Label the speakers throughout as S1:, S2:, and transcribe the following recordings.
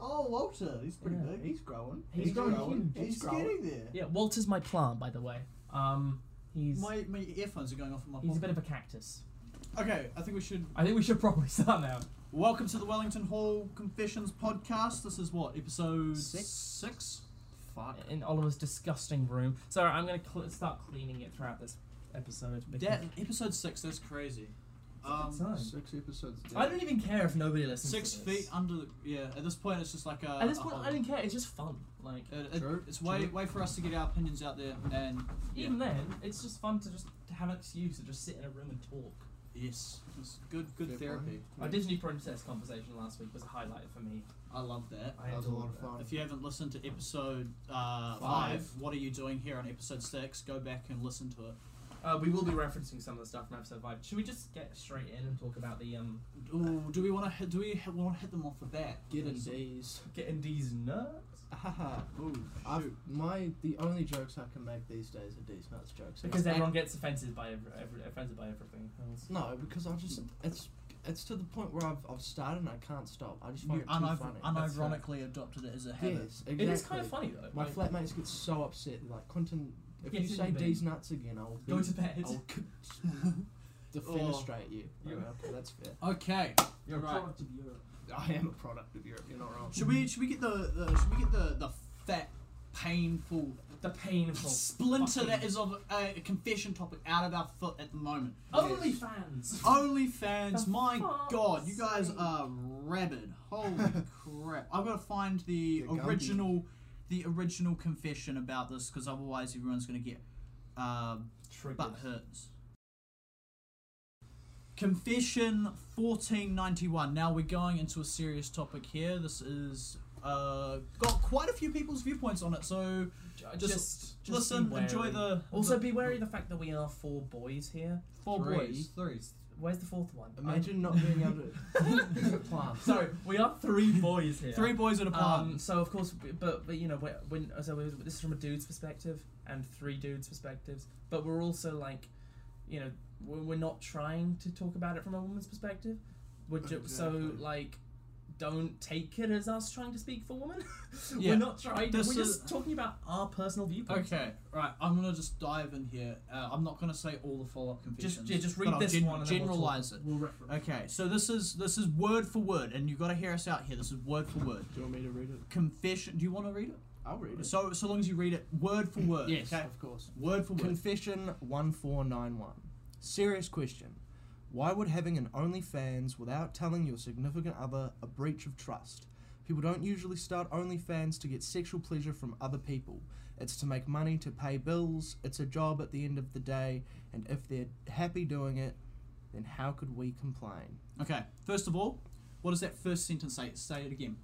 S1: Oh, Walter. He's pretty
S2: Yeah.
S1: big. He's growing.
S2: He's growing huge.
S1: He's,
S2: He's growing.
S1: getting there.
S2: Yeah, Walter's my plant, by the way. Um, he's
S1: My, my earphones are going off in my
S2: he's
S1: pocket.
S2: a bit of a cactus.
S1: Okay, I think we should.
S2: I think we should probably start now.
S1: Welcome to the Wellington Hall Confessions podcast. This is what episode
S2: Six?
S1: Six. Fuck.
S2: In Oliver's disgusting room. So I'm gonna cl- start cleaning it throughout this episode.
S1: That episode six. That's crazy. Um,
S2: It's on.
S3: Six episodes.
S2: I don't even care if nobody listens.
S1: six
S2: to this.
S1: feet under. The, yeah. At this point, it's just like a.
S2: At this
S1: a
S2: point,
S1: hole.
S2: I don't care. It's just fun. Like
S1: It, it,
S3: True,
S1: it's way
S3: true.
S1: way for us to get our opinions out there and yeah.
S2: even then, it's just fun to just to have an excuse to just sit in a room and talk.
S1: yes, it's good good
S3: Fair
S1: therapy.
S3: play.
S2: Our Disney princess conversation last week was a highlight for me.
S1: I love that.
S2: I
S3: That was a lot
S2: adored
S3: of
S2: it.
S3: fun.
S1: If you haven't listened to episode uh, five.
S2: Five.
S1: what are you doing here on episode six? Go back and listen to it.
S2: Uh, we will be referencing some of the stuff from episode five. Should we just get straight in and talk about the um
S1: Ooh, do we want to do we want to hit them off the bat? Yes.
S3: D's.
S2: getting these nerds?
S3: Haha.
S1: Ooh,
S3: I've
S1: shoot.
S3: my the only jokes I can make these days are D's nuts jokes.
S2: Because
S3: And-
S2: everyone gets offended by every, every, offended by everything. else.
S3: No, because I just it's it's to the point where I've I've started and I can't stop. I just find
S1: You
S3: it too
S1: unir-
S3: funny.
S2: That's right.
S1: unironically adopted it as a habit.
S3: Yes, exactly.
S2: It is kind of funny though.
S3: My
S2: like,
S3: flatmates get so upset. Like Quentin, if
S2: Get
S3: you
S2: in
S3: say
S2: bed.
S3: D's nuts again, I'll
S2: Go
S3: be-
S2: to bed.
S3: I'll c- defenestrate you.
S2: You-
S3: Alright, okay, that's fair.
S1: Okay,
S2: You're
S1: right.
S2: of Europe.
S3: I am a product of Europe. You're not wrong.
S1: should we should we get the, the should we get the the fat painful
S2: The painful
S1: splinter that
S2: fucking-
S1: is of a, a confession topic out of our foot at the moment?
S2: Only fans.
S1: Ah. OnlyFans,
S2: The
S1: my
S2: fuck's
S1: god, you guys
S2: sake.
S1: are rabid. Holy crap! I've got to find the,
S3: The Gumby.
S1: original, the original confession about this because otherwise everyone's gonna get uh, butt hurts. Confession 1491. Now we're going into a serious topic here. This is uh, got quite a few people's viewpoints on it, so
S2: Just,
S1: Just
S2: just
S1: listen,
S2: be
S1: enjoy
S2: wary.
S1: the
S2: Also,
S1: the
S2: be wary of the fact that we are four boys here.
S1: four
S3: three.
S1: boys. Three.
S2: Where's the fourth one?
S3: Imagine not being able to plant.
S2: Sorry, we are three boys here.
S1: Three boys in a
S2: Um,
S1: plant.
S2: so of course, but but you know, we're, when so we this is from a dude's perspective and three dudes' perspectives, but we're also like, you know, we're, we're not trying to talk about it from a woman's perspective, which so
S3: Exactly.
S2: like, don't take it as us trying to speak for women.
S1: Yeah.
S2: We're not trying.
S1: This
S2: we're
S1: is-
S2: just talking about our personal viewpoint.
S1: okay, right. I'm gonna just dive in here. Uh, I'm not gonna say all the follow-up confessions.
S2: Just yeah, just
S1: but
S2: read
S1: I'll
S2: this
S1: gen-
S2: one and then we'll talk-
S1: generalize it.
S2: We'll reference.
S1: Okay, so this is this is word for word, and you got to hear us out here. This is word for word.
S3: Do you want me to read it?
S1: Confession. Do you want to read it?
S3: I'll read it.
S1: So so long as you read it word for word.
S3: yes,
S1: Okay.
S3: of course.
S1: Word for word.
S3: Confession 1491. Serious question. Why would having an OnlyFans without telling your significant other a breach of trust? People don't usually start OnlyFans to get sexual pleasure from other people. It's to make money to pay bills, it's a job at the end of the day, and if they're happy doing it, then how could we complain?
S1: Okay. First of all, what does that first sentence say? Say it again.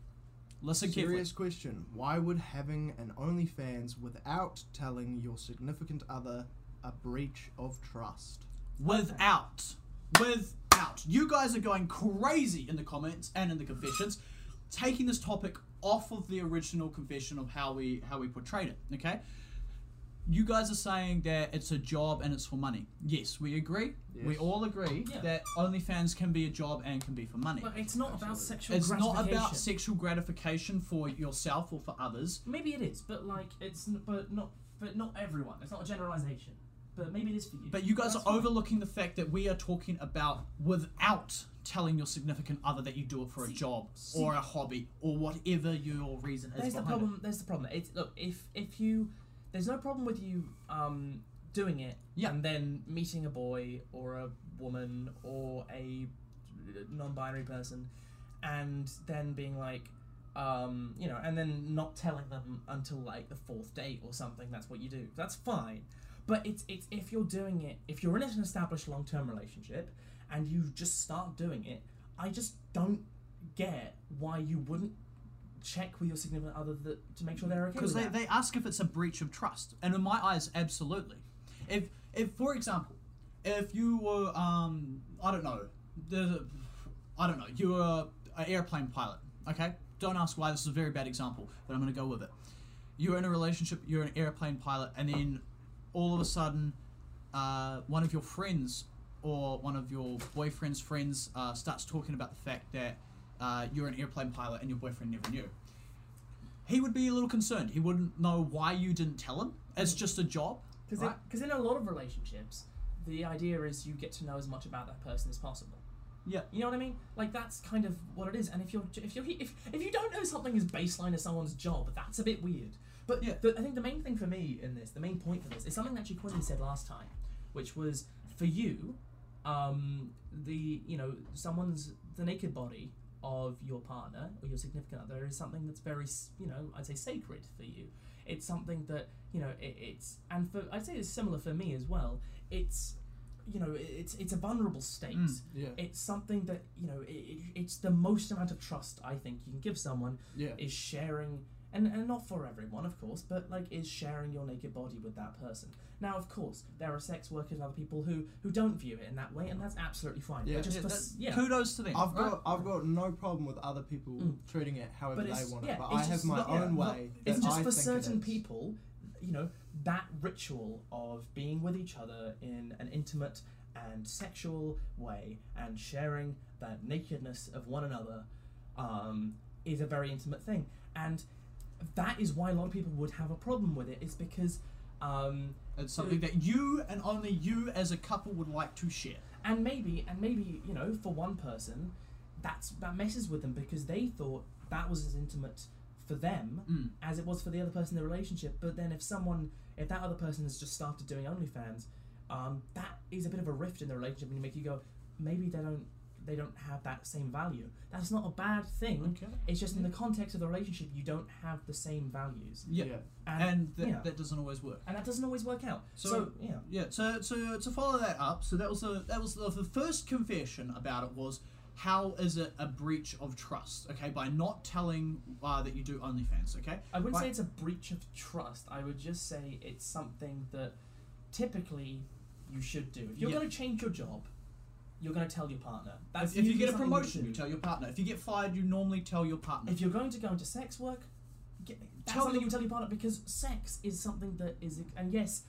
S1: Listen carefully.
S3: Serious question. Why would having an OnlyFans without telling your significant other a breach of trust?
S1: Without. Without. You guys are going crazy in the comments and in the confessions, taking this topic off of the original confession of how we how we portrayed it. Okay? You guys are saying that it's a job and it's for money. Yes, we agree. We
S3: Yes.
S1: all agree
S2: Yeah.
S1: that OnlyFans can be a job and can be for money.
S2: But it's not about
S3: Absolutely.
S2: sexual
S1: It's not
S2: gratification.
S1: about sexual gratification for yourself or for others.
S2: Maybe it is, but like it's n- but not but not everyone. It's not a generalization. But maybe it is for you.
S1: But you guys
S2: That's
S1: are
S2: fine.
S1: overlooking the fact that we are talking about without telling your significant other that you do it for a
S2: See-
S1: job
S2: see-
S1: or a hobby or whatever your reason is.
S2: There's the
S1: behind
S2: problem. There's the problem. It's look if if you there's no problem with you um doing it
S1: Yeah.
S2: and then meeting a boy or a woman or a non-binary person and then being like um you know and then not telling them until like the fourth date or something that's what you do that's fine but it's it's if you're doing it if you're in an established long-term relationship and you just start doing it i just don't get why you wouldn't check with your significant other that, to make sure they're okay
S1: because
S2: with
S1: they,
S2: that.
S1: they ask if it's a breach of trust and in my eyes absolutely if if for example if you were um i don't know there's a, i don't know you were an airplane pilot okay don't ask why this is a very bad example but i'm going to go with it you're in a relationship you're an airplane pilot and then all of a sudden uh, one of your friends or one of your boyfriend's friends uh, starts talking about the fact that uh, you're an airplane pilot and your boyfriend never knew he would be a little concerned. He wouldn't know why you didn't tell him. It's just a job.
S2: Because
S1: right?
S2: in, 'cause in a lot of relationships, the idea is you get to know as much about that person as possible.
S1: Yeah.
S2: You know what I mean? Like that's kind of what it is. And if you're if you're if, if you don't know something as baseline as someone's job, that's a bit weird. But
S1: Yeah.
S2: the, I think the main thing for me in this, the main point for this, is something that actually Quinlan said last time, which was for you, um, the you know someone's the naked body of your partner or your significant other is something that's very s- you know I'd say sacred for you. It's something that you know it, it's and for I'd say it's similar for me as well. It's you know it- it's it's a vulnerable state
S1: Mm.
S4: Yeah.
S2: it's something that you know it, it, it's the most amount of trust i think you can give someone
S4: Yeah.
S2: is sharing and, and not for everyone of course but like is sharing your naked body with that person now of course there are sex workers and other people who who don't view it in that way and that's absolutely fine
S4: Yeah.
S2: but just
S1: Yeah,
S2: for,
S1: that-
S2: s- yeah
S1: Kudos to them.
S4: I've
S1: right?
S4: got I've got no problem with other people
S2: Mm.
S4: treating it however
S2: But
S4: they
S2: it's-
S4: want it,
S2: yeah,
S4: but
S2: it's
S4: I have
S2: just
S4: my
S1: not-
S4: own
S1: yeah, not-
S4: way.
S2: it's
S4: that
S2: just
S4: I
S2: for
S4: think it
S2: certain
S4: is.
S2: people you know that ritual of being with each other in an intimate and sexual way and sharing that nakedness of one another um, is a very intimate thing and that is why a lot of people would have a problem with it is because um,
S1: It's something that you and only you as a couple would like to share.
S2: and maybe and maybe you know for one person that's that messes with them because they thought that was as intimate for them
S1: Mm.
S2: as it was for the other person in the relationship but then if someone if that other person has just started doing onlyfans um, that is a bit of a rift in the relationship and you make you go maybe they don't they don't have that same value that's not a bad thing
S1: Okay.
S2: it's just in the context of the relationship you don't have the same values
S1: Yeah.
S2: and
S1: And that,
S2: yeah.
S1: that doesn't always work.
S2: and that doesn't always work out so,
S1: So-
S2: yeah
S1: Yeah. So so to follow that up, so that was the that was the, the first confession about it was how is it a breach of trust? Okay, by not telling uh, that you do OnlyFans. Okay.
S2: I wouldn't
S1: Why-
S2: say it's a breach of trust. I would just say it's something that typically you should do. If you're
S1: Yeah.
S2: going to change your job, you're going to tell your partner. That's
S1: If, if you
S2: usually
S1: get a
S2: something
S1: promotion, you
S2: do.
S1: tell your partner. If you get fired, you normally tell your partner.
S2: If you're going to go into sex work, get, that's
S1: Tell
S2: something
S1: them-
S2: you tell your partner because sex is something that is. And yes,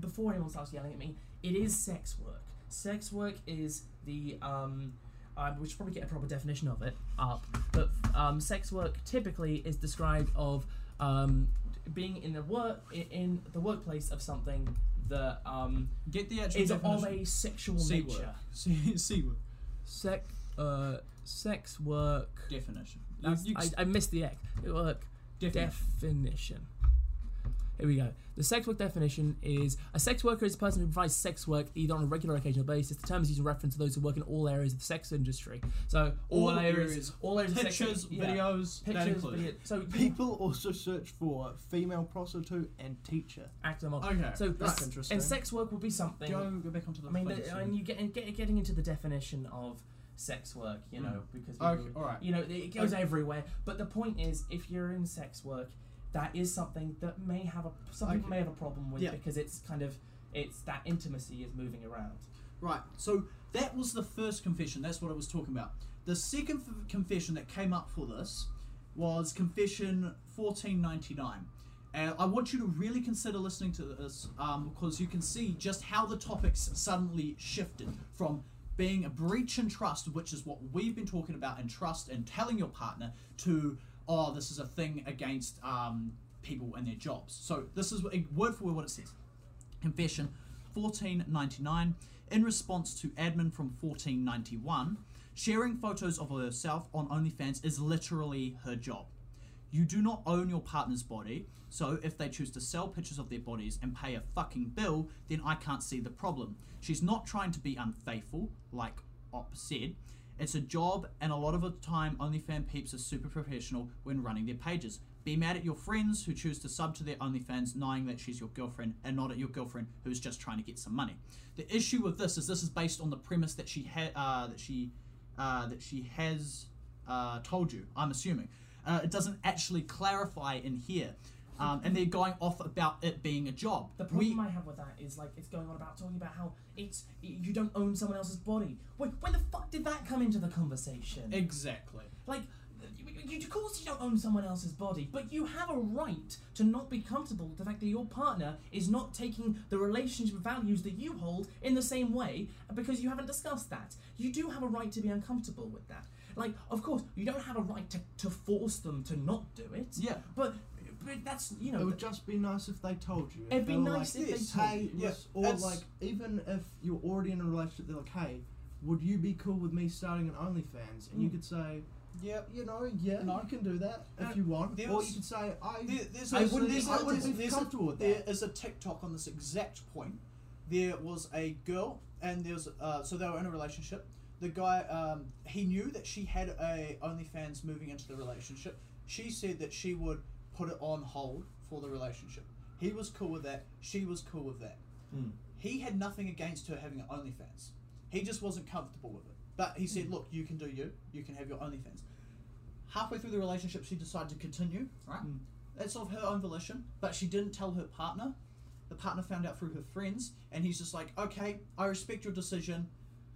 S2: before anyone starts yelling at me, it is sex work. Sex work is the um, uh, we should probably get a proper definition of it up. But um, sex work typically is described of um, being in the work i- in the workplace of something that um,
S1: get the actual
S2: is of
S1: definition.
S2: a sexual
S1: C
S2: nature.
S1: word. C, C word
S2: Sex, uh, sex work.
S1: definition. You,
S2: That's-
S1: you,
S2: I, I missed the X. Work
S1: definition.
S2: definition. Here we go. The sex work definition is a sex worker is a person who provides sex work either on a regular or occasional basis. The term is used in reference to those who work in all areas of the sex industry. So all,
S1: All
S2: areas,
S1: areas.
S2: all areas of
S1: pictures,
S2: sex, yeah.
S1: videos, that
S2: pictures,
S1: includes.
S2: video, so
S4: People also search for female prostitute and teacher.
S2: act of model.
S1: Okay.
S2: So
S4: That's
S2: s-
S4: interesting.
S2: And sex work would be something.
S1: Oh, Go, go back onto the
S2: I mean,
S1: place.
S2: the, and you get, and get getting into the definition of sex work, you know, because people
S1: Hmm. okay, all right.
S2: you know it goes everywhere but the point is if you're in sex work that is something that may have a some people
S1: Okay.
S2: may have a problem with
S1: Yeah.
S2: because it's kind of it's that intimacy is moving around
S1: Right. So that was the first confession. That's what I was talking about. The second f- confession that came up for this was confession 1499. And I want you to really consider listening to this um, because you can see just how the topics suddenly shifted from being a breach in trust, which is what we've been talking about in trust and telling your partner, to oh, this is a thing against um, people and their jobs. So this is what- word for word what it says. Confession 1499, in response to admin from 1491, sharing photos of herself on OnlyFans is literally her job. You do not own your partner's body, so if they choose to sell pictures of their bodies and pay a fucking bill, then I can't see the problem. She's not trying to be unfaithful, like Op said. It's a job, and a lot of the time, OnlyFans peeps are super professional when running their pages. Be mad at your friends who choose to sub to their OnlyFans knowing that she's your girlfriend and not at your girlfriend who's just trying to get some money. The issue with this is this is based on the premise that she had uh, that she uh, that she has uh, told you. I'm assuming uh, it doesn't actually clarify in here, um, and they're going off about it being a job.
S2: the
S1: We-
S2: problem i have with that is like it's going on about talking about how it's you don't own someone else's body when, when the fuck did that come into the conversation
S1: exactly.
S2: Like, you, you, of course you don't own someone else's body, but you have a right to not be comfortable with the fact that your partner is not taking the relationship values that you hold in the same way because you haven't discussed that. You do have a right to be uncomfortable with that. Like, of course, you don't have a right to, to force them to not do it.
S1: Yeah.
S2: But, but that's you
S4: It
S2: know.
S4: would just be nice if they told you. If
S2: It'd
S4: they
S2: be
S4: were
S2: nice
S4: like,
S2: if they
S4: "Yes,
S2: told
S4: hey,
S1: you." Yeah,
S4: yes, or
S1: that's-
S4: like even if you're already in a relationship, they're like, hey, would you be cool with me starting an OnlyFans? And you
S1: Mm.
S4: could say, yeah, you know, yeah,
S1: No.
S4: you can do that
S1: Uh,
S4: if you want.
S1: there
S4: Or
S1: was-
S4: you could say, I,
S1: There, there's
S4: I
S1: a-
S4: wouldn't,
S1: there's
S4: I
S1: a-
S4: wouldn't be
S1: there's a-
S4: comfortable with
S1: There
S4: that.
S1: is a TikTok on this exact point. There was a girl, and there's uh, so they were in a relationship. The guy, um, he knew that she had a OnlyFans moving into the relationship. She said that she would put it on hold for the relationship. He was cool with that. She was cool with that.
S2: Mm.
S1: He had nothing against her having an OnlyFans. He just wasn't comfortable with it. But he
S4: Hmm.
S1: said, "Look, you can do you. You can have your OnlyFans." Halfway through the relationship, she decided to continue. Right.
S2: Hmm.
S4: Mm.
S1: That's of her own volition, but she didn't tell her partner. The partner found out through her friends, and he's just like, okay, I respect your decision.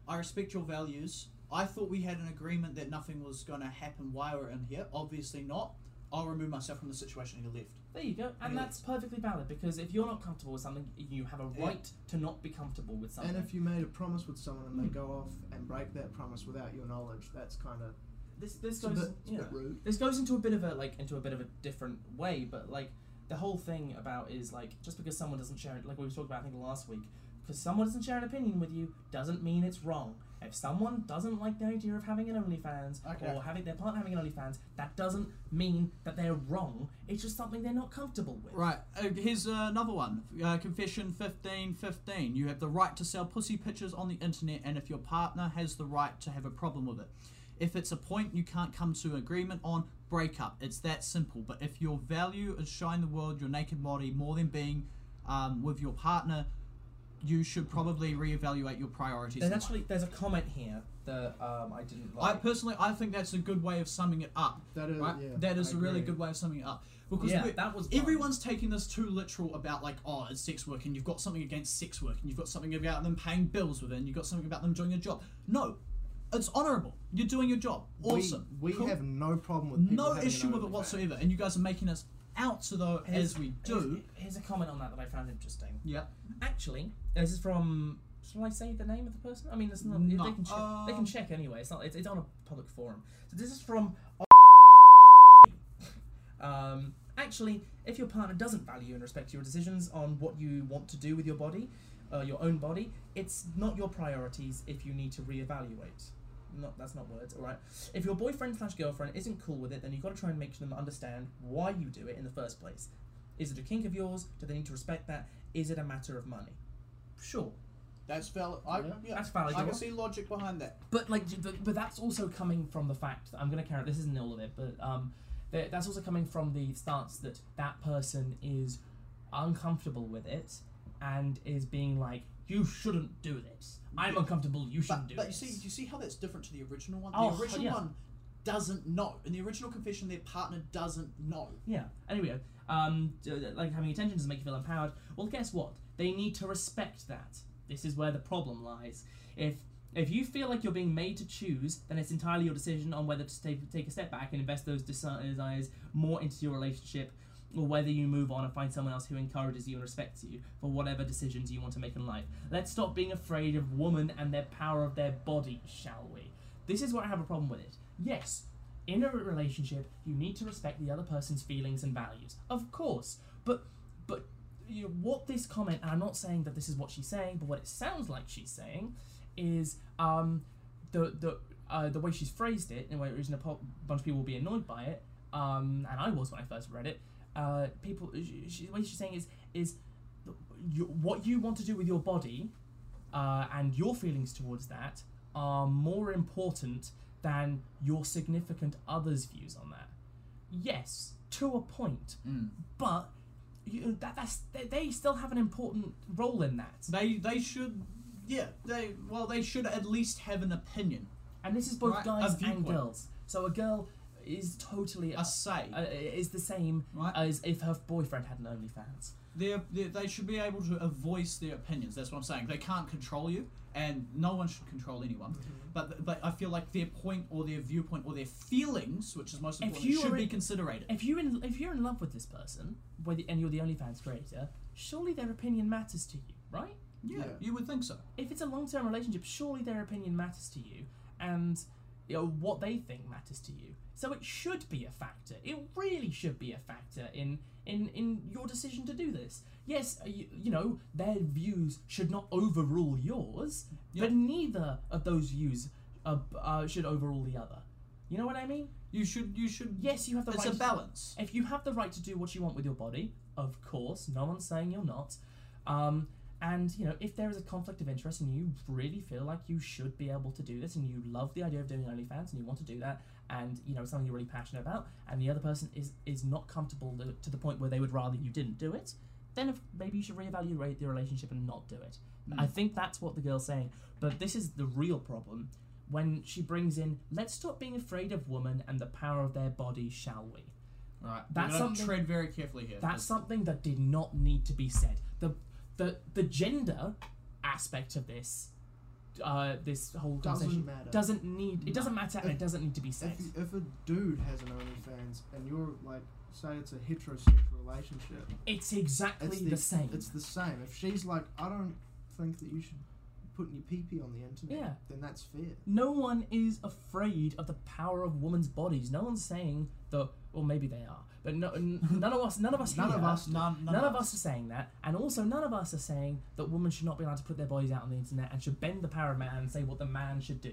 S1: I respect your values. I thought we had an agreement that nothing was going to happen while we're in here. Obviously not. I'll remove myself from the situation. He left.
S2: There you go, and
S1: Yeah.
S2: that's perfectly valid because if you're not comfortable with something, you have a
S1: Yeah.
S2: right to not be comfortable with something.
S4: And if you made a promise with someone and they go off and break that promise without your knowledge, that's kind of
S2: this this
S4: it's a
S2: goes
S4: bit, it's a
S2: you know,
S4: bit rude.
S2: this goes into a bit of a like into a bit of a different way, but like the whole thing about is like just because someone doesn't share it, like we were talking about I think last week, because someone doesn't share an opinion with you doesn't mean it's wrong. If someone doesn't like the idea of having an OnlyFans
S1: Okay.
S2: or having their partner having an OnlyFans, that doesn't mean that they're wrong. It's just something they're not comfortable with.
S1: Right. Uh, here's another one. Uh, confession 1515. You have the right to sell pussy pictures on the internet, and if your partner has the right to have a problem with it. If it's a point you can't come to agreement on, break up. It's that simple. But if your value is showing the world your naked body more than being um, with your partner, you should probably reevaluate your priorities.
S2: There's
S1: in life.
S2: actually there's a comment here that um, I didn't
S1: I
S2: like.
S1: personally, I think that's a good way of summing it up.
S4: That is,
S1: right?
S4: yeah,
S1: that is
S4: I
S1: a really
S4: agree.
S1: good way of summing it up because
S2: yeah,
S1: we-
S2: that was mine.
S1: Everyone's taking this too literal about like, oh, it's sex work, and you've got something against sex work, and you've got something about them paying bills with it, and you've got something about them doing your job. No, it's honourable. You're doing your job. Awesome.
S4: We, we
S1: Cool.
S4: have no problem with people
S1: no
S4: having an
S1: issue with it
S4: OnlyFans.
S1: whatsoever, and you guys are making us out to though
S2: Here's-
S1: as we
S2: here's-
S1: do.
S2: Here's, a comment on that that I found interesting.
S1: Yeah.
S2: Actually, this is from. Shall I say the name of the person? I mean, it's not.
S1: No,
S2: They can check. they can
S1: um,
S2: check anyway. It's not. It's, it's on a public forum. So this is from. Um, actually, if your partner doesn't value and respect your decisions on what you want to do with your body, uh, your own body, it's not your priorities. If you need to reevaluate, not that's not words. All right. If your boyfriend slash girlfriend isn't cool with it, then you've got to try and make them understand why you do it in the first place. Is it a kink of yours? Do they need to respect that? Is it a matter of money? Sure,
S1: That's valid.
S4: I- Yeah.
S2: that's valid.
S1: see logic behind that.
S2: But like, j- but, but that's also coming from the fact that I'm going to carry. This isn't all of it, but um, that, that's also coming from the stance that that person is uncomfortable with it and is being like, "You shouldn't do this. I'm uncomfortable. You shouldn't
S1: But,
S2: do
S1: but you
S2: this."
S1: see, you see how that's different to the original one.
S2: Oh,
S1: the original
S2: yeah.
S1: one doesn't know. In the original confession, their partner doesn't know.
S2: Yeah. Anyway, um, d- d- like having attention doesn't make you feel empowered. Well, guess what? They need to respect that. This is where the problem lies. If if you feel like you're being made to choose, then it's entirely your decision on whether to take, take a step back and invest those desi- desires more into your relationship, or whether you move on and find someone else who encourages you and respects you for whatever decisions you want to make in life. Let's stop being afraid of woman and their power of their body, shall we? This is where I have a problem with it. Yes, in a relationship, you need to respect the other person's feelings and values, of course. But, but you what this comment, and I'm not saying that this is what she's saying, but what it sounds like she's saying, is um, the the uh, the way she's phrased it, and the way reason a po- bunch of people will be annoyed by it, um, and I was when I first read it. Uh, people, she, she, the way she's saying is is you, what you want to do with your body uh, and your feelings towards that are more important than your significant other's views on that. Yes, to a point, but you, that, that's they, they still have an important role in that.
S1: They they should yeah they well they should at least have an opinion
S2: And this is both
S1: Right, a
S2: guys and
S1: viewpoint.
S2: girls. So a girl is totally
S1: a say
S2: uh, is the same
S1: right
S2: as if her boyfriend had an OnlyFans.
S1: they're, they they should be able to uh, voice their opinions that's what I'm saying they can't control you and no one should control anyone but but I feel like their point or their viewpoint or their feelings which is most
S2: If
S1: important
S2: you
S1: should
S2: are
S1: be
S2: in-
S1: considered
S2: If you're in if you're in love with this person, whether and you're the OnlyFans creator, surely their opinion matters to you, right?
S1: yeah,
S4: Yeah.
S1: you would think so
S2: if it's a long term relationship, surely their opinion matters to you. And you know, what they think matters to you. So it should be a factor. It really should be a factor in in in your decision to do this. Yes, uh, you, you know their views should not overrule yours,
S1: Yeah.
S2: but neither of those views uh, uh, should overrule the other. You know what I mean?
S1: You should. You should.
S2: Yes, you have the
S1: It's
S2: right.
S1: a
S2: to-
S1: balance.
S2: if you have the right to do what you want with your body, of course, no one's saying you're not. Um, and you know, if there is a conflict of interest and you really feel like you should be able to do this, and you love the idea of doing OnlyFans and you want to do that, and you know it's something you're really passionate about, and the other person is is not comfortable to, to the point where they would rather you didn't do it, then if, maybe you should reevaluate the relationship and not do it. I think that's what the girl's saying. But this is the real problem when she brings in, let's stop being afraid of women and the power of their body, shall we?
S1: Right.
S2: That's
S1: That's
S2: something-
S1: something. Tread very carefully here.
S2: That's something that did not need to be said. The the the gender aspect of this uh this whole conversation
S4: Doesn't matter.
S2: doesn't need it doesn't matter and it doesn't need to be said.
S4: If, if a dude has an OnlyFans and you're like, say it's a heterosexual relationship,
S2: It's exactly
S4: it's
S2: the, same.
S4: It's the same. If she's like, I don't think that you should put your pee pee on the internet,
S2: Yeah.
S4: then that's fair.
S2: no one is afraid of the power of women's bodies. No one's saying that well maybe they are. But no n- none of us none of us
S4: None
S2: here,
S4: of us
S1: None,
S2: None, of us are saying that, and also none of us are saying that women should not be allowed to put their bodies out on the internet and should bend the power of man and say what the man should do.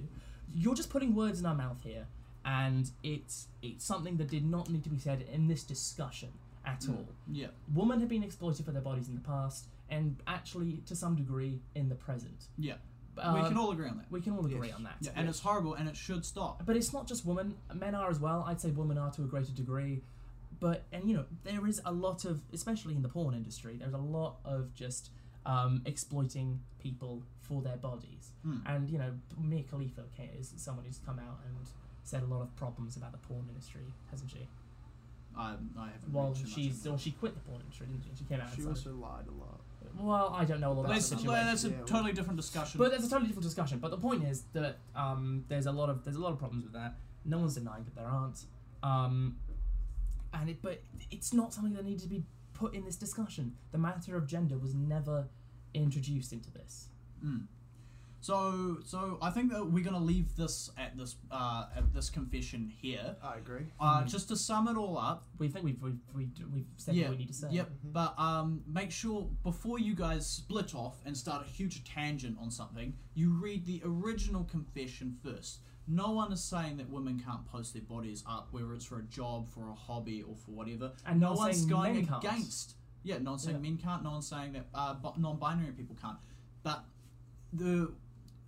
S2: You're just putting words in our mouth here, and it's it's something that did not need to be said in this discussion at
S1: Hmm.
S2: all.
S1: Yeah.
S2: Women have been exploited for their bodies in the past, and actually to some degree in the present.
S1: Yeah.
S2: Uh,
S1: we can all agree on that.
S2: we can all agree
S4: Yes.
S2: on that.
S1: Yeah, and it's horrible, and it should stop.
S2: But it's not just women; men are as well. I'd say women are to a greater degree, but and you know there is a lot of, especially in the porn industry, there's a lot of just um, exploiting people for their bodies.
S1: Hmm.
S2: And you know, Mia Khalifa okay, is someone who's come out and said a lot of problems about the porn industry, hasn't she?
S1: I, I haven't.
S2: Well,
S1: mentioned much
S2: she's
S1: of
S2: well, she quit the porn industry, didn't she? She came out.
S4: She
S2: and
S4: also
S2: said,
S4: lied a lot.
S2: well, I don't know a lot
S1: that.
S2: about the
S1: That's,
S4: That's
S2: situation.
S1: well, that's a
S4: yeah, well-
S1: totally different discussion.
S2: But that's a totally different discussion. But the point is that um, there's a lot of there's a lot of problems with that. No one's denying that there aren't. Um, and it, but it's not something that needed to be put in this discussion. The matter of gender was never introduced into this.
S1: Mm. So, so I think that we're gonna leave this at this uh, at this confession here.
S4: I agree.
S1: Uh,
S2: Mhm.
S1: Just to sum it all up,
S2: We think we've we've, we've, we've said
S1: Yeah,
S2: what we need to say.
S1: Yep.
S4: Mhm.
S1: But um, make sure before you guys split off and start a huge tangent on something, you read the original confession first. No one is saying that women can't post their bodies up, whether it's for a job, for a hobby, or for whatever.
S2: And
S1: no
S2: not
S1: one's
S2: saying
S1: going
S2: men can't.
S1: against. Yeah, no one's saying
S2: Yeah.
S1: men can't. No one's saying that uh, bo- non-binary people can't. But the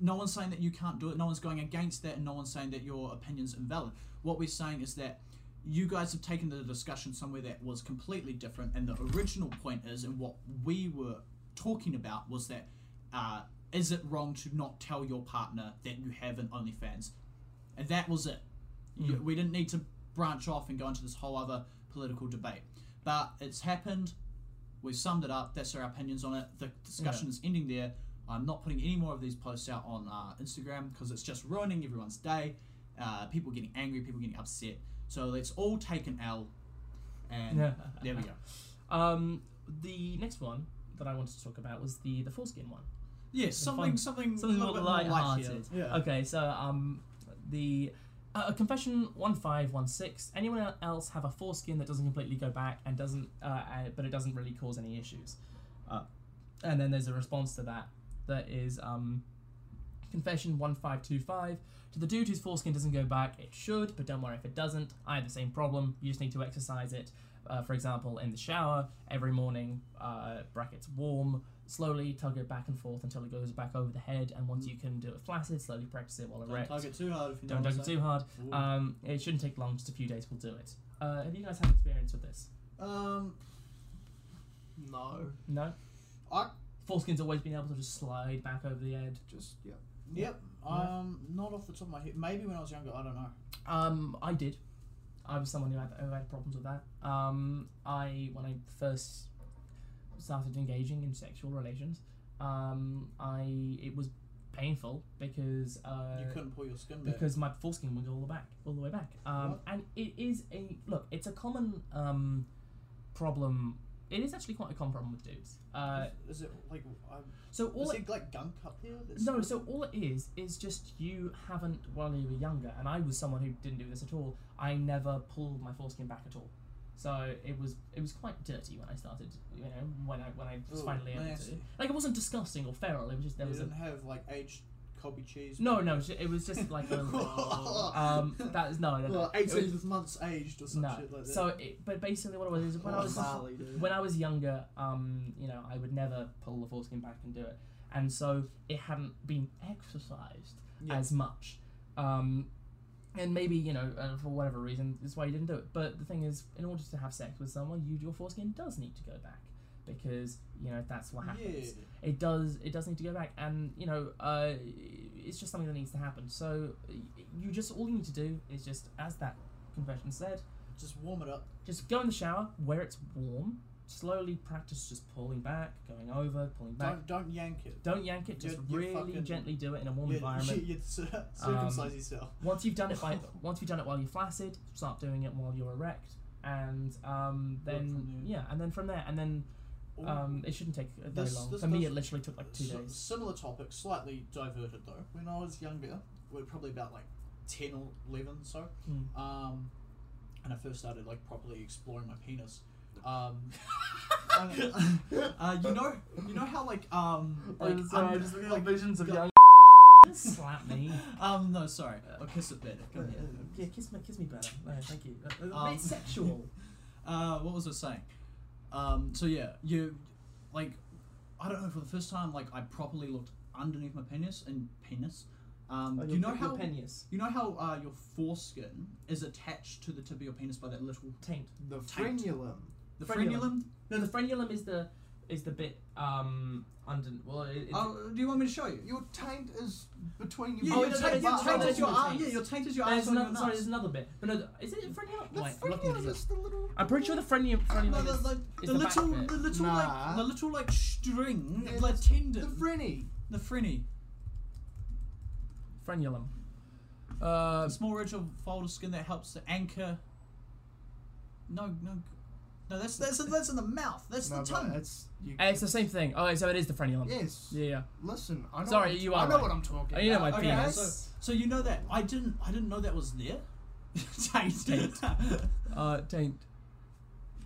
S1: no one's saying that you can't do it. No one's going against that, and no one's saying that your opinion's invalid. What we're saying is that you guys have taken the discussion somewhere that was completely different, and the original point is, and what we were talking about was that uh, is it wrong to not tell your partner that you have an OnlyFans? And that was it. You,
S2: Hmm.
S1: we didn't need to branch off and go into this whole other political debate. But it's happened. We've summed it up. That's our opinions on it. The discussion is ending there. I'm not putting any more of these posts out on uh, Instagram because it's just ruining everyone's day. Uh, people getting angry, people getting upset. So let's all take an L. And
S2: Yeah.
S1: there we go.
S2: Um, the next one that I wanted to talk about was the the foreskin one.
S1: Yes, something,
S2: fun-
S1: something,
S2: something
S1: Mm, a little
S2: more
S1: bit more light here.
S2: light-hearted.
S4: Yeah.
S2: Okay, so um, the uh, confession one five one six. Anyone else have a foreskin that doesn't completely go back and doesn't, uh, uh, but it doesn't really cause any issues? Uh, and then there's a response to that that is um, confession one five two five. To the dude whose foreskin doesn't go back, it should, but don't worry if it doesn't. I have the same problem. You just need to exercise it. Uh, for example, in the shower every morning, uh, brackets warm, slowly tug it back and forth until it goes back over the head. And once you can do it flaccid, slowly practice it while
S1: Don't
S2: erect.
S1: tug it too hard if you know
S2: Don't
S1: what
S2: tug
S1: I'm
S2: it too hard.
S1: saying.
S2: Um, it shouldn't take long, just a few days will do it. Uh, have you guys had experience with this?
S4: Um, no.
S2: No?
S1: I-
S2: Foreskin's always been able to just slide back over the head.
S4: Just yeah.
S1: Yep. Um, not off the top of my head. Maybe when I was younger, I don't know.
S2: Um, I did. I was someone who had, who had problems with that. Um, I when I first started engaging in sexual relations, um, I it was painful because uh,
S1: You couldn't pull your skin back.
S2: because my foreskin would go all the back, all the way back. Um,
S1: What?
S2: and it is a look. It's a common um, problem It is actually quite a common problem with dudes. Uh,
S5: is it like um,
S2: so all
S5: is
S2: it,
S5: it like gunk up here? That's-
S2: no, so all it is is just you haven't while you were younger, and I was someone who didn't do this at all. I never pulled my foreskin back at all, so it was it was quite dirty when I started. You know, when I when I was
S5: Ooh,
S2: finally able to.
S5: nasty.
S2: Like it wasn't disgusting or feral. It was just there
S5: you
S2: was a
S5: didn't have like aged Colby cheese.
S2: no no. It was just like a little- um that is no no. no.
S5: Well,
S2: It was-
S5: eighteen months aged or some
S2: no.
S5: shit like that.
S2: so it, but basically what it was is when I was
S5: Barley, dude.
S2: when I was younger, um, you know, I would never pull the foreskin back and do it, and so it hadn't been exercised
S5: Yeah.
S2: as much, um, and maybe you know uh, for whatever reason that's why you didn't do it. But the thing is, in order to have sex with someone, you your foreskin does need to go back because you know that's what happens
S5: yeah.
S2: it does it does need to go back and you know uh, it's just something that needs to happen so y- you just all you need to do is just as that confession said
S5: Just warm it up.
S2: just go in the shower where it's warm slowly practice just pulling back going over pulling
S5: Don't
S2: back
S5: don't yank it.
S2: don't, yank it just
S5: You're- you're
S2: really
S5: fucking-
S2: gently do it in a warm
S5: you,
S2: environment Um,
S5: You, you cir- circumcise yourself.
S2: once you've done it by once you've done it while you're flaccid start doing it while you're erect and um, then
S5: from there.
S2: yeah and then from there and then
S5: Ooh.
S2: um, it shouldn't take uh, very
S5: This-
S2: long
S5: this
S2: for me
S5: does-
S2: it literally took like two
S5: Si-
S2: days
S5: Similar topic, slightly diverted though. When I was younger, we were probably about like 10 or 11, so,
S2: Hmm.
S5: um, and I first started like properly exploring my penis. Um, I-
S1: Uh, you know, you know how like um like
S2: I'm sorry,
S1: un-
S2: just looking at
S1: like,
S2: visions
S1: of young-
S2: slap me.
S1: um no sorry I'll kiss it better. Come here.
S2: Yeah, kiss me, kiss me better. No, thank you. A- A,
S1: Um,
S2: bit sexual.
S1: Uh, what was I saying? Um, so yeah, you like I don't know for the first time like I properly looked underneath my penis and penis.
S2: Oh,
S1: Um, you know how
S2: penis
S1: you know how uh, your foreskin is attached to the tip of your penis by that little
S2: taint?
S4: The
S1: Taint.
S4: frenulum.
S1: the
S2: Frenulum.
S1: frenulum.
S2: No, the frenulum is the is the bit um under. Well, it, it,
S1: Oh, do you want me to show you?
S4: Your taint is between your.
S1: Yeah,
S2: Oh,
S1: your,
S2: no,
S1: taint,
S2: no,
S1: your
S2: no,
S1: taint
S2: no,
S1: is your
S2: no,
S1: arm.
S2: no,
S1: Yeah, your taint is your arm.
S2: there's
S1: on your
S2: another. Sorry,
S1: nuts.
S2: there's another bit. But no, th- is it frenulum?
S4: The
S2: Wait, I'm looking at
S4: frenulum
S2: you.
S4: is the little.
S2: I'm pretty sure the frenulum. frenulum
S1: No, the,
S2: is,
S1: the,
S2: is
S1: the,
S2: the back
S1: little,
S2: bit.
S1: the little,
S4: Nah.
S1: like, the little, like, string,
S4: Yeah,
S1: like,
S4: that's-
S1: tendon,
S4: The frenny.
S1: the frenny,
S2: frenulum.
S1: a
S2: Uh,
S1: small ridge of fold of skin that helps to anchor. No, no, no. That's that's that's in the mouth. That's
S4: No,
S1: the
S4: but
S1: tongue.
S4: it's. You,
S2: it's the same thing. Oh, so it is the frenulum.
S4: yes.
S2: Yeah, yeah.
S4: Listen, I know.
S2: Sorry,
S4: what I'm-
S2: you are
S4: I know
S2: right.
S4: what I'm talking.
S2: Oh, you know
S4: about.
S2: my
S1: okay,
S2: penis.
S1: so so you know that I didn't I didn't know that was there. taint.
S2: Taint. Uh, taint.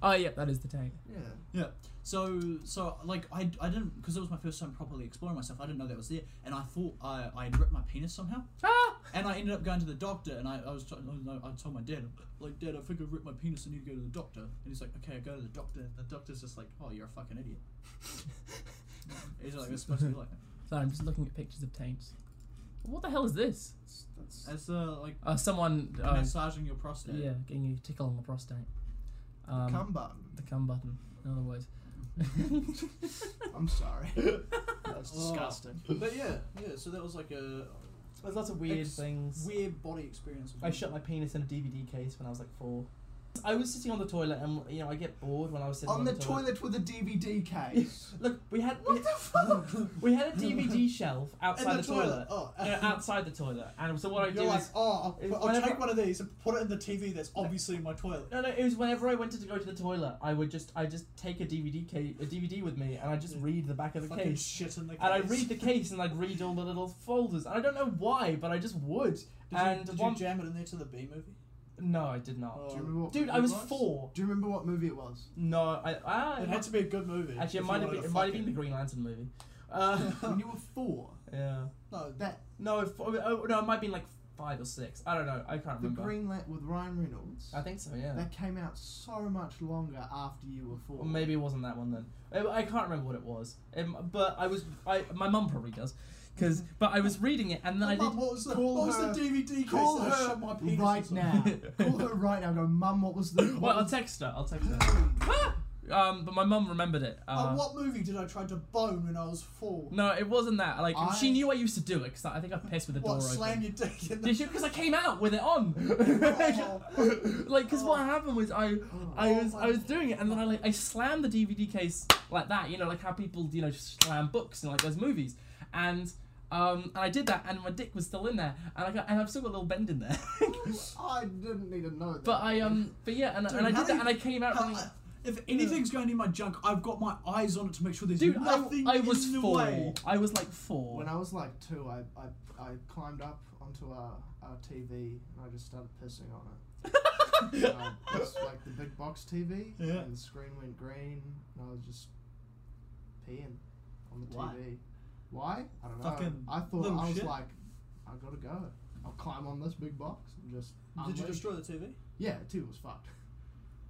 S2: Oh, yeah, that is the taint.
S4: Yeah.
S1: Yeah. So so like I, I didn't because it was my first time properly exploring myself. I didn't know that was there, and I thought I I had ripped my penis somehow.
S2: Ah!
S1: And I ended up going to the doctor, and I, I was t- I told my dad, like, Dad, I think I ripped my penis, and you go to the doctor. And he's like, Okay, I go to the doctor. The doctor's just like, Oh, you're a fucking idiot. he's like, It's supposed to be like that.
S2: Sorry, I'm just looking at pictures of taints. What the hell is this?
S4: That's, that's,
S1: It's uh, like
S2: Uh, someone, uh,
S1: massaging your prostate.
S2: yeah, getting you tickle on the prostate. Um,
S4: cum button.
S2: The cum button, in other words.
S4: I'm sorry. that's
S5: Oh.
S4: disgusting.
S5: But yeah, yeah, so that was like a
S2: There's lots of
S5: weird Ex-
S2: things.
S5: weird body experience.
S2: I shut my penis in a DVD case when I was like four. I was sitting on the toilet, and you know, I get bored when I was sitting on,
S4: On the toilet with a DVD case.
S2: Look, we had we,
S4: what the fuck?
S2: we had a DVD shelf
S5: In
S2: outside
S5: the,
S2: the,
S5: toilet. Oh,
S2: Yeah, outside the toilet, and so what I
S5: You're
S2: do
S5: like,
S2: is
S5: oh,
S2: is
S5: I'll, I'll
S2: whenever-
S5: take one of these and put it in the TV that's obviously in my toilet.
S2: No, no. It was whenever I went to go to the toilet, I would just, I just take a DVD case, a DVD with me, and I just read the back of the
S5: Fucking
S2: case,
S5: shit in the case.
S2: and I read the case, and I'd read all the little folders, and I don't know why, but I just would.
S5: Did,
S2: and
S5: you, did
S2: one,
S5: you jam it in there to the B movie?
S2: no, I did not.
S5: Oh.
S4: Do you remember what
S2: Dude,
S4: movie
S2: I
S4: it
S2: was four.
S4: Do you remember what movie it was?
S2: No, I, I,
S5: It had to be a good movie.
S2: actually,
S5: if
S2: it
S5: you
S2: might have
S5: wanted
S2: been,
S5: to
S2: it might have
S5: fuck
S2: been the Green Lantern movie. Uh,
S4: when you were four.
S2: yeah.
S5: No,
S4: That
S2: No, if, oh, no, it might have been like five or six. I don't know. I can't
S4: the
S2: remember.
S4: Green Lamp with Ryan Reynolds.
S2: I think so. Yeah.
S4: that came out so much longer after you were four.
S2: Or maybe it wasn't that one then. Eh, I, I can't remember what it was. Um, but I was, I my mum probably does, because but I was reading it and then I
S5: Mum,
S2: did.
S5: what was the,
S4: Call
S5: what was the
S4: her-
S5: DVD case
S4: Call
S5: that I
S4: her
S5: shut my penis
S4: right
S5: in?
S4: now. Call her right now. Go, mum. What was the?
S2: Well,
S4: What
S2: I'll
S4: was
S2: text her. I'll text her. Um, but my mum remembered it. Uh,
S5: Oh, what movie did I try to bone when I was four?
S2: No, it wasn't that. Like
S4: I-
S2: she knew I used to do it because I, I think I pissed with the
S5: What,
S2: door
S5: slam
S2: open.
S5: your dick in the...
S2: Did you? Because I came out with it on. like, because what happened was I, I
S5: Oh
S2: was,
S5: my
S2: I was doing it, and then I like, I slammed the DVD case like that. You know, like how people, you know, slam books and like those movies, and. Um, and I did that, and my dick was still in there, and I got, and I've still got a little bend in there.
S4: I didn't need to know that.
S2: but I um, but yeah, and,
S1: Dude,
S2: and I
S1: how
S2: did
S1: do
S2: that,
S1: you-
S2: and I came out.
S1: How,
S2: running-
S1: I-
S6: If anything's going in my junk, I've got my eyes on it to make sure there's
S2: Dude, I,
S6: nothing
S2: I was
S6: in the
S2: four.
S6: way.
S2: I was like four.
S3: When I was like two, I, I, I climbed up onto our, our TV and I just started pissing on it. um, it's like the big box TV,
S6: Yeah.
S3: and the screen went green, and I was just peeing on the
S6: Why?
S3: TV. Why? I don't know.
S6: Fucking
S3: I thought
S6: little
S3: I was
S6: shit.
S3: like, I gotta go. I'll climb on this big box and just.
S1: Did you
S3: unleash."
S1: destroy the TV?
S3: Yeah, the TV was fucked.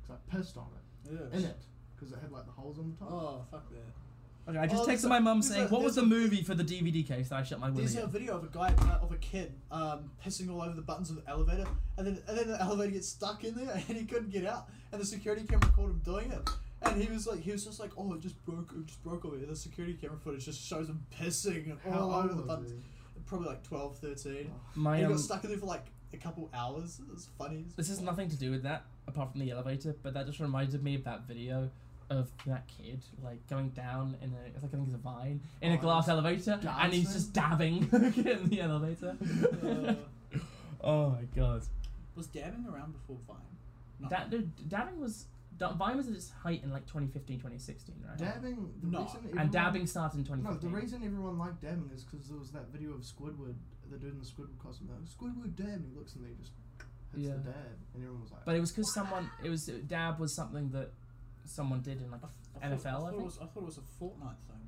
S3: Because I pissed on it. In it. Because it had like the holes on the top.
S1: Oh fuck that!
S2: okay, I just
S1: Oh,
S2: texted
S1: there's
S2: my
S1: a-
S2: mum
S1: there's
S2: saying,
S1: a-
S2: "What was the
S1: there's
S2: movie for the DVD case?" And I shut my
S1: There's
S2: window.
S1: a video of a guy uh, of a kid um, pissing all over the buttons of the elevator, and then and then the elevator gets stuck in there, and he couldn't get out, and the security camera caught him doing it, and he was like he was just like oh it just broke it just broke over here. The security camera footage just shows him pissing and
S3: How
S1: all
S3: old
S1: over the
S3: was
S1: buttons,
S3: he?
S1: probably like 12, 13.
S2: My
S1: and he
S2: um,
S1: got stuck in there for like a couple hours. It was funny. as
S2: this has
S1: fuck.
S2: nothing to do with that apart from the elevator, but that just reminded me of that video of that kid like going down in a it's like I think it's a vine in
S3: Oh,
S2: a glass elevator, and he's just dabbing in the elevator.
S1: Uh,
S2: oh my god.
S1: was dabbing around before Vine? No.
S2: That dude, dabbing was da- Vine was at its height in like 2015, 2016, right?
S3: Dabbing. The
S1: No.
S3: reason everyone-
S2: and dabbing started in
S3: No,
S2: 2015.
S3: the reason everyone liked dabbing is because there was that video of Squidward, the dude in the Squidward costume. That Squidward dab, and he looks and he just hits
S2: Yeah.
S3: the dab, and everyone was like,
S2: but it was because someone it was dab was something that someone did in like
S1: I th- I
S2: NFL,
S1: thought,
S2: I
S1: I, thought
S2: think?
S1: it was, I thought it was a Fortnite thing.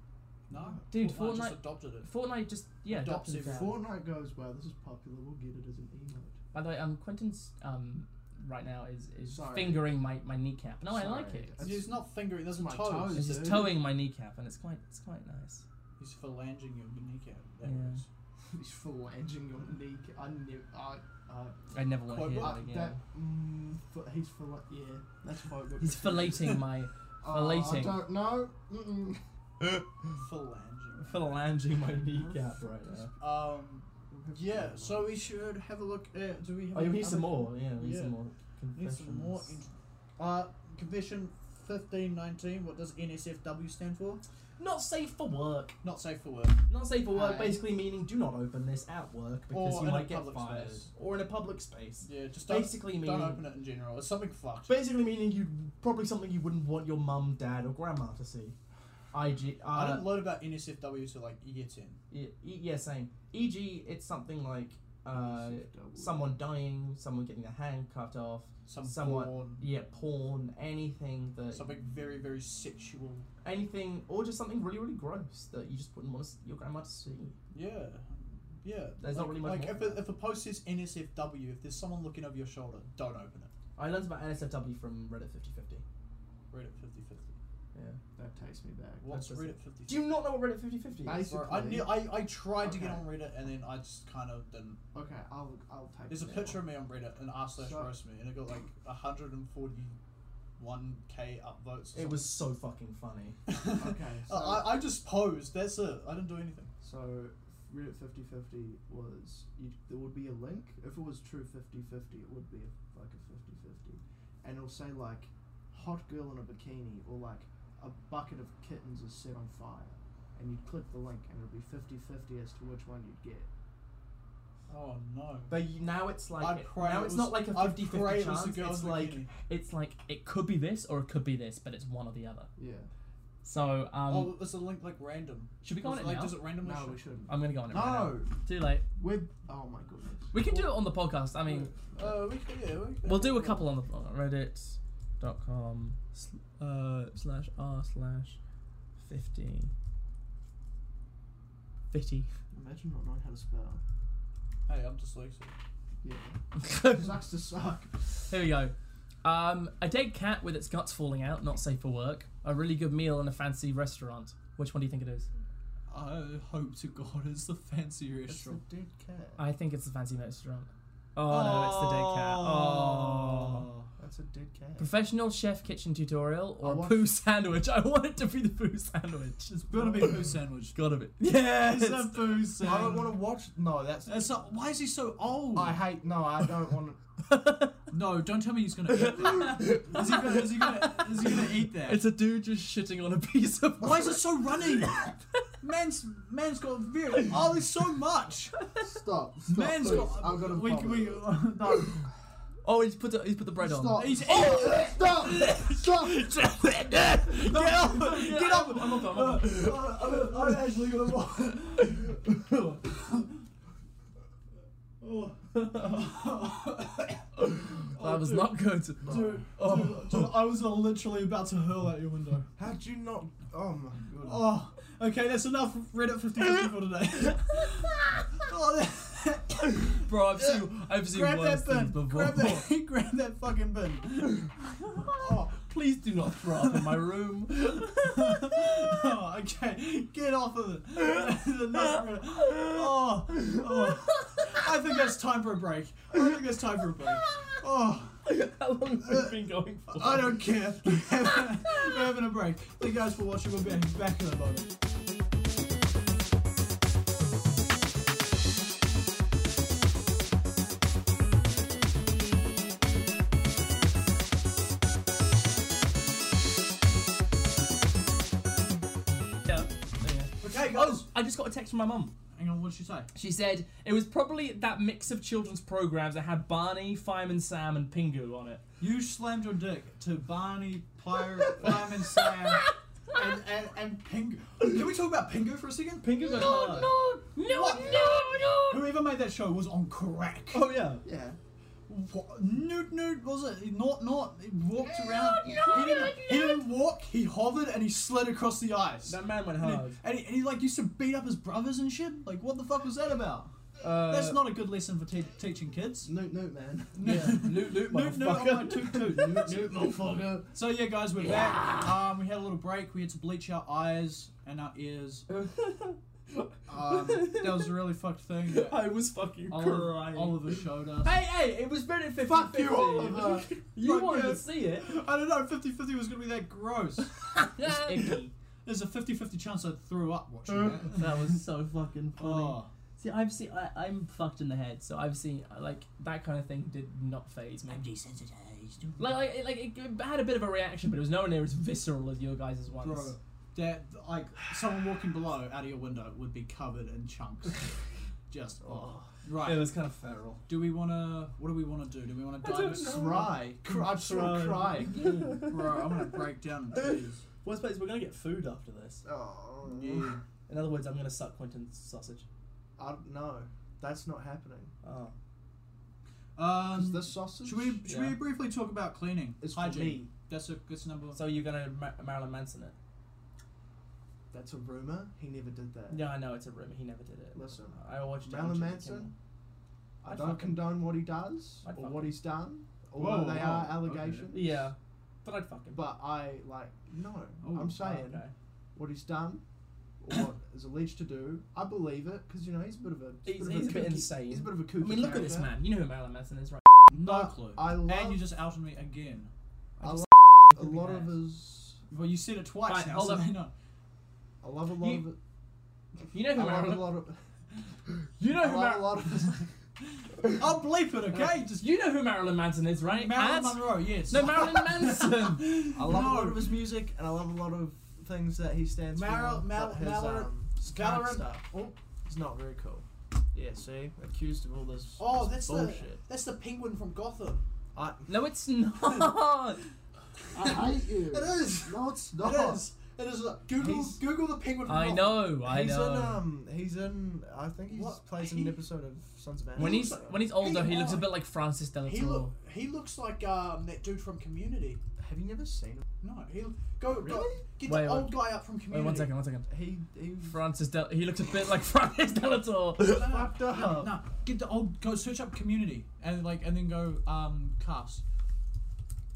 S1: No,
S2: Dude,
S1: just
S2: Fortnite-
S1: adopted it.
S2: Fortnite just yeah
S1: Adopts
S2: adopted
S1: it.
S2: dab.
S3: Fortnite goes, wow, this is popular. We'll get it as an emote.
S2: By the way, um, Quentin's um, right now is, is
S3: Sorry.
S2: fingering my, my kneecap. No, I
S3: Sorry.
S2: like it.
S3: That's-
S1: He's not fingering. There's
S3: my
S1: my toes.
S3: toes.
S2: It's just
S3: dude.
S2: towing my kneecap, and it's quite it's quite nice.
S1: He's phalanging your kneecap. That
S2: Yeah.
S1: works.
S3: He's phalanging your knee. I never. I. I
S2: I never want to
S1: Quite
S2: hear
S1: Yeah,
S3: I-
S2: that again.
S3: that. Mm, fa- he's phala. Yeah, that's quite good. Oh,
S2: He's filleting my
S3: I
S1: Oh,
S2: filleting.
S3: don't know. Mm-mm.
S1: Phalanging.
S2: phalanging my kneecap right now.
S1: Um. Yeah. So we should have a look at. Do we have?
S2: Oh, you
S1: any
S2: need some
S1: other-
S2: more. Yeah, we need
S1: Yeah.
S2: some more.
S1: Need some more.
S2: confessions.
S1: in- Uh, confession fifteen nineteen. What does NSFW stand for?
S2: Not safe for work.
S1: Not safe for work.
S2: Not safe for work,
S3: Aye.
S2: basically meaning do not open this at work because
S1: Or
S2: you
S1: in a
S2: might get
S1: public
S2: fired.
S1: space.
S2: Or in a public space.
S1: Yeah. Just don't.
S2: Basically meaning
S1: don't open it in general. It's something fucked.
S2: Basically meaning you probably something you wouldn't want your mum, dad, or grandma to see. IG. Uh,
S1: I didn't learn about NSFW till like year ten.
S2: y- y- yeah, same. E.g., it's something like uh, someone dying, someone getting their hand cut off.
S1: Some
S2: Somewhat.
S1: porn,
S2: Yeah, porn, anything that,
S1: Something very very sexual.
S2: anything, or just something really, really gross that you just wouldn't want s- your grandma to see.
S1: Yeah. Yeah.
S2: There's
S1: like,
S2: not really much
S1: Like
S2: more
S1: if
S2: to
S1: a,
S2: that.
S1: if a post says NSFW, if there's someone looking over your shoulder, don't open it.
S2: I learned about NSFW from Reddit 5050.
S1: Read it 50-50.
S2: Yeah.
S3: That takes me back.
S1: What's
S2: That's
S1: Reddit 50
S2: Do you not know what Reddit 5050 is?
S3: Basically,
S1: Sorry, I, knew, I, I tried to get
S3: Okay.
S1: on Reddit and then I just kind of didn't.
S3: okay, I'll I'll take.
S1: There's a
S3: that
S1: picture
S3: one.
S1: of me on Reddit and r slash
S3: So-
S1: roast me and it got like 141k upvotes. or
S2: It was so fucking funny.
S1: something.
S3: Okay,
S1: Uh, I, I just posed. That's it. I didn't do anything.
S3: So Reddit 50-50 was you, there would be a link. If it was true 50-50, it would be a, like a 50-50. and it'll say like hot girl in a bikini or like a bucket of kittens is set on fire, and you'd click the link and it'll be 50-50 as to which one you'd get.
S1: Oh no.
S2: But you, now it's like
S1: I pray
S2: now
S1: it
S2: it's
S1: was-
S2: not like a
S1: I
S2: 50
S1: pray
S2: 50
S1: it was the
S2: chance.
S1: girls
S2: It's
S1: in the
S2: like
S1: bikini.
S2: it's like it could be this or it could be this, but it's one or the other.
S3: Yeah.
S2: So um,
S1: oh, it's a link like random.
S2: should we go on
S1: Was
S2: it
S1: like,
S2: now?
S1: Does it randomly?
S3: No,
S1: show-
S3: we shouldn't.
S2: I'm gonna go on it. Right now.
S3: No,
S2: Too late.
S3: we're oh my goodness.
S2: We can do it on the podcast. I mean,
S1: Uh, we could, yeah, we could-
S2: we'll do a couple on the on Reddit.com sl- uh, slash r slash 50 50.
S3: Imagine not knowing how to spell.
S1: Hey, I'm dyslexic.
S3: Yeah. Sucks to suck.
S2: Here we go. Um, a dead cat with its guts falling out, not safe for work. A really good meal in a fancy restaurant. Which one do you think it is?
S6: I hope to God it's the fancy
S3: It's the
S6: restaurant.
S3: dead cat.
S2: I think it's the fancy restaurant. Oh, no, it's the dead cat. Oh.
S3: That's a dead cat.
S2: Professional chef kitchen tutorial or
S3: I
S2: a
S3: want-
S2: poo sandwich? I want it to be the poo sandwich.
S6: It's gotta be a poo sandwich.
S2: Gotta be. Yes!
S6: It's a poo sandwich.
S3: I don't want to watch. No, that's.
S6: It's not- why is he so old?
S3: I hate. No, I don't want to.
S6: no, don't tell me he's gonna eat that. is, he gonna, is, he gonna, is he gonna eat that?
S2: It's a dude just shitting on a piece of.
S6: why is it so runny? man's man's got very oh, there's so much.
S3: Stop.
S6: Man's got.
S3: I'm gonna.
S6: we,
S3: vomit.
S6: we, no.
S2: Oh, he's put the, he's put the bread on.
S3: Stop.
S7: He's-
S3: Oh, stop! Stop!
S2: get up! Get up! I'm not done. I'm not done.
S1: I'm, I'm actually gonna walk.
S2: That was not good.
S1: Dude, dude, dude, Oh, I was literally about to hurl out your window.
S8: How'd you not? Oh my god.
S1: Oh, okay, that's enough Reddit 50 for today. oh, that-
S2: Bro, I've seen I've seen
S1: grab
S2: worse
S1: that bin.
S2: things before.
S1: Grab that, grab that fucking bin. Oh,
S2: Please do not throw up in my room.
S1: oh, okay, get off of it. The next Reddit- oh, oh, I think that's time for a break. I think that's time for a break. Oh,
S2: How long have we been going for?
S1: I don't care. We're having a break. Thank you guys for watching. We'll be back in a moment.
S2: Yeah. Yeah.
S1: Okay, guys.
S2: Oh, I just got a text from my mum.
S1: Hang on, what did she say?
S2: She said it was probably that mix of children's programs that had Barney, Fireman Sam, and Pingu on it.
S1: You slammed your dick to Barney, Pyre, Fireman Sam, and, and, and Pingu. Can we talk about Pingu for a second?
S2: Pingu
S1: got No, hard.
S2: no, no,
S1: What?
S2: no,
S1: Whoever made that show was on crack.
S2: Oh yeah.
S3: Yeah.
S1: What? Newt Newt was it? Not not. He walked around.
S2: no,
S1: he, didn't,
S2: no,
S1: he didn't walk. He hovered and he slid across the ice.
S2: That man went
S1: and,
S2: hard.
S1: he, and, he, and he like used to beat up his brothers and shit. Like what the fuck was that about?
S2: Uh,
S1: That's not a good lesson for te- teaching kids.
S3: Note, note, man.
S2: Yeah. Loot,
S1: Newt
S2: loot,
S1: Newt on
S2: motherfucker.
S1: my toot toot.
S3: Note, note, motherfucker.
S1: So yeah, guys, we're back. Um, we had a little break. We had to bleach our eyes and our ears. Um, that was a really fucked thing. that
S2: I was fucking
S1: Oliver,
S2: crying.
S1: Oliver showed us.
S2: Hey, hey, it was better 50
S1: Fuck you, Oliver.
S2: You
S1: Fuck
S2: wanted
S1: you.
S2: to see it.
S1: I don't know. 50-50 was gonna be that gross.
S2: It's icky.
S1: There's a 50-50 chance I threw up watching that.
S2: That was so fucking funny.
S1: Oh,
S2: See, I've seen, I, I'm fucked in the head, so I've seen, like, that kind of thing did not phase me.
S7: desensitized.
S2: Like, like, it- like it, it had a bit of a reaction, but it was nowhere near as visceral as your guys' ones.
S1: bro, that like someone walking below out of your window would be covered in chunks. Just oh. right.
S2: It was kind of feral.
S1: Do we want to? What do we want to do? Do we want to
S2: I
S1: dive
S2: don't know.
S1: cry? Cry, I'm sure
S2: Cry.
S1: cry. Bro, I'm gonna break down in tears.
S2: Worst place, we're gonna get food after this.
S3: Oh.
S1: Yeah.
S2: In other words, I'm gonna suck Quentin's sausage.
S3: I, no, that's not happening.
S2: Oh.
S1: Um,
S3: Is this sausage?
S1: should we should
S2: Yeah.
S1: we briefly talk about cleaning?
S3: It's for
S1: hygiene.
S3: me.
S1: That's a that's number.
S2: So you're gonna Mar- Marilyn Manson it?
S3: That's a rumor. He never did that.
S2: Yeah, I know it's a rumor. He never did it.
S3: Listen,
S2: I watched it on
S3: Marilyn
S2: Jimmy
S3: Manson?
S2: Kimmel.
S3: I
S2: I'd
S3: don't
S2: fuck him.
S3: condone what he does
S2: I'd
S3: or
S2: fuck
S3: what
S2: him.
S3: he's done, although
S1: Whoa,
S3: they
S1: whoa,
S3: are
S1: okay.
S3: allegations.
S2: Yeah, but I'd fuck him.
S3: But I like no.
S1: Oh,
S3: I'm
S2: Oh,
S3: saying
S2: okay.
S3: what he's done, or what is alleged to do. I believe it because you know he's a bit of a
S2: He's,
S3: of
S2: he's a bit
S3: kooky-
S2: insane.
S3: He's a bit of a
S2: I
S3: kooky.
S2: mean, look at this
S3: character.
S2: man. You know who Marilyn Manson is, right?
S1: no
S3: But
S1: clue.
S3: I love
S1: and you just outed me again.
S3: I
S2: just
S3: a lot of his.
S1: Well, you said it twice
S2: Right,
S1: now.
S2: hold
S1: so
S2: up.
S1: they know.
S3: I love a lot
S2: You-
S3: of. It.
S2: You know
S3: I
S2: who
S3: love a
S2: Marilyn.
S3: lot of.
S2: You know
S3: I
S2: who
S3: love a
S2: Marilyn.
S3: lot of his.
S1: I'll bleep it, okay? Just
S2: You know who Marilyn Manson is, right?
S1: Marilyn
S2: Ads?
S1: Monroe. Yes.
S2: No, Marilyn Manson.
S3: I love a lot
S1: No.
S3: of his music, and I love a lot of things that he stands
S1: Mar-
S3: for.
S1: Mar-
S3: but his,
S1: Mar-
S3: um,
S1: Marilyn-
S3: current stuff. Oh, it's not very cool. Yeah, see, accused of all this.
S1: Oh,
S3: this
S1: that's
S3: bullshit.
S1: the that's the penguin from Gotham.
S3: I,
S2: no, it's not.
S3: I hate you.
S1: It is.
S3: No, it's
S1: It
S3: not.
S1: is. It is. uh, Google
S3: He's-
S1: Google the penguin. From
S2: I
S1: Gotham.
S2: know. I
S3: he's
S2: know.
S3: in. Um, he's in. I think he's
S1: What?
S3: plays in an
S1: He-
S3: episode of Sons of Anarchy.
S2: when he's
S3: Have
S2: when he's older, he,
S1: He
S2: looks a
S1: lied.
S2: bit like Francis Del
S1: He
S2: Toro.
S1: look he looks like um that dude from Community.
S3: you never seen him?
S1: No, he go go
S3: Really?
S1: get
S2: Wait,
S1: the
S2: wait.
S1: old guy up from
S2: Wait,
S1: Community.
S2: one second, one second.
S3: He he
S2: Francis Del. He looks a bit like Francis Del Toro.
S1: No, no,
S3: fucked up.
S1: No, no, get the old go search up Community and like and then go um cast.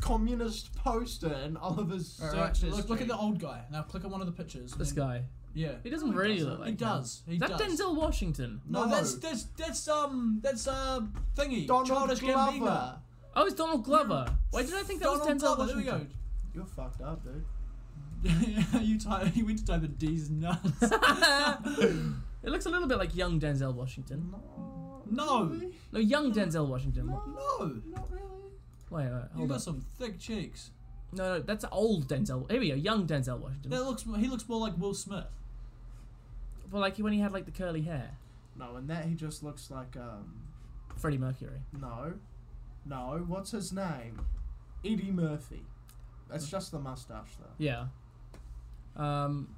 S3: communist poster in Oliver's
S1: So,
S3: search history.
S1: look, look at the old guy. Now click on one of the pictures. and
S2: This
S1: then-
S2: guy.
S1: Yeah.
S2: He doesn't really
S3: doesn't.
S2: look like
S1: He
S2: him.
S1: does. He
S2: Is that
S1: does.
S2: Denzel Washington?
S1: No,
S3: No.
S1: that's that's that's um that's uh thingy.
S3: Donald
S1: Childish
S3: Glover.
S1: Gambino.
S2: Oh, it's Donald Glover. Why did I think that was
S1: Donald
S2: Denzel
S1: Glover. There we
S2: Washington?
S1: go.
S3: You're fucked up, dude.
S1: you type, you went to type in D's nuts.
S2: It looks a little bit like young Denzel Washington.
S3: No.
S1: No.
S3: Really?
S2: No, young Denzel Washington.
S1: no,
S3: Not really.
S2: Wait, wait,
S1: you
S2: hold on.
S1: got some thick cheeks.
S2: No, no, that's old Denzel. Here we go, young Denzel Washington.
S1: That looks he looks more like Will Smith.
S2: Well, like when he had like the curly hair,
S3: No, in that he just looks like um
S2: Freddie Mercury.
S3: no.
S4: No, what's his name? Eddie Murphy. That's just the mustache, though.
S2: Yeah. Um,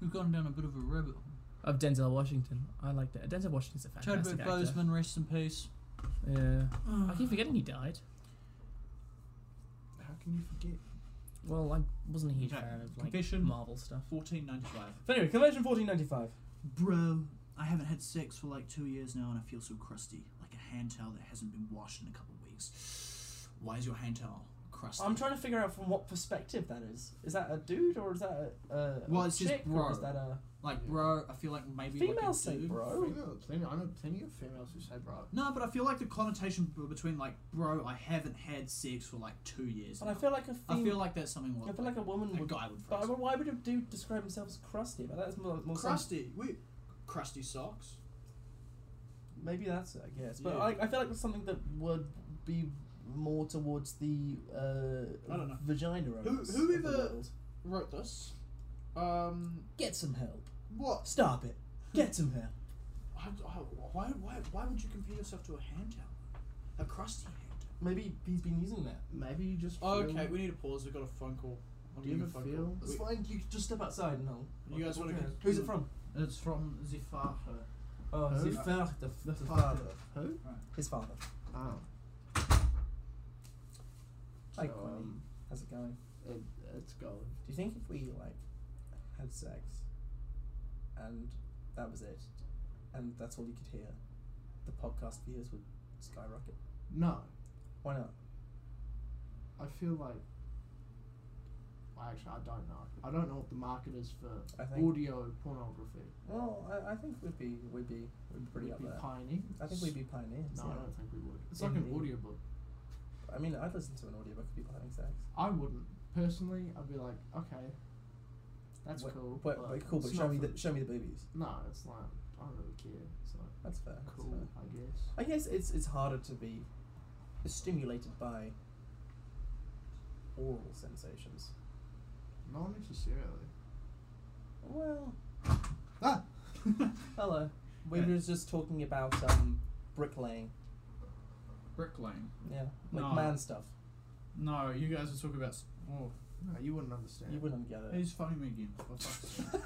S1: We've gone down a bit of a rabbit hole.
S2: of Denzel Washington. I like that. Denzel Washington's a fantastic
S1: Chadwick
S2: actor.
S1: Boseman, rest in peace.
S2: Yeah.
S1: Mm.
S2: I keep forgetting he died.
S3: How can you forget?
S2: Well, I wasn't a huge
S1: Okay,
S2: fan of like
S1: confession.
S2: Marvel stuff.
S1: 1495.
S2: But anyway, Convention 1495.
S1: Bro, I haven't had sex for like two years now and I feel so crusty, like a hand towel that hasn't been washed in a couple of weeks. Why is your hand towel crusty?
S2: I'm trying to figure out from what perspective that is. Is that a dude or is that a, a,
S1: Well,
S2: a
S1: it's just
S2: chick or is
S1: bro.
S2: that a
S1: like, bro, I feel like maybe like a
S2: female say
S1: dude-
S2: bro?
S3: Female, plenty, I know plenty of females who say bro.
S1: No, but I feel like the connotation b- between like, bro, I haven't had sex for like two years.
S2: But I
S1: now.
S2: feel like a
S1: I
S2: female.
S1: feel like that's something.
S2: I
S1: What,
S2: feel like a woman
S1: a
S2: would.
S1: guy would.
S2: But I
S1: phrase.
S2: would- why would a dude describe himself as crusty? But that's more, more some-
S1: crusty, we, crusty socks.
S2: Maybe that's it, I guess. But
S1: Yeah.
S2: I, I feel like it's something that would be more towards the uh,
S1: I don't know.
S2: vagina.
S5: Who-
S2: roads
S5: who
S2: of the
S5: ever-
S2: world.
S5: Wrote this. Um,
S2: get some help?
S5: what?
S2: Stop it! Get some help.
S5: I, I, why, why, why would you compare yourself to a hand towel? A crusty hand towel.
S2: Maybe he's been using that.
S3: Maybe you just. Feel,
S2: Oh,
S5: Okay, we need to pause. We've got a phone call. I'm
S3: Do you
S5: getting a
S3: ever
S5: phone
S3: feel?
S2: It's fine. You just step outside and I'll.
S5: call. You guys want to?
S2: Who's it from?
S4: It's from the father.
S2: Oh,
S3: Who?
S2: his father.
S3: The father. Who?
S2: His father.
S3: Oh.
S2: Hi,
S3: So,
S2: Quinny.
S3: um,
S2: How's it going?
S3: it, it's gold.
S2: Do you think if we like had sex and that was it, and that's all you could hear, the podcast views would skyrocket?
S3: No,
S2: Why not?
S3: I feel like. I actually, I don't know. I don't know what the market is for
S2: I think-
S3: audio pornography.
S2: Well, I, I think we'd be we'd be we'd be pretty
S3: Would
S2: up
S3: be
S2: there.
S3: pioneering.
S2: I think we'd be pioneers.
S3: No, I don't think we would. It's
S2: In
S3: like an
S2: the-
S3: audiobook.
S2: yeah. I mean, I'd listen to an audiobook of people having sex.
S3: I wouldn't personally. I'd be like, okay, that's
S2: Wait,
S3: cool.
S2: Wait,
S3: but
S2: wait, cool, but
S3: it's
S2: show
S3: not
S2: me
S3: for-
S2: the show me the boobies.
S3: No, it's like I don't really care. It's like
S2: That's fair. that's
S3: cool,
S2: fair.
S3: I guess.
S2: I guess it's it's harder to be stimulated by oral sensations.
S3: Not necessarily.
S2: Well,
S3: Ah.
S2: hello. We were just talking about um bricklaying.
S1: Brick Lane.
S2: Yeah, like
S1: No.
S2: man stuff.
S1: No, you guys are talking about. s- Oh,
S3: No, you wouldn't understand.
S2: You wouldn't get it.
S1: he's phoning me again. For fuck's sake.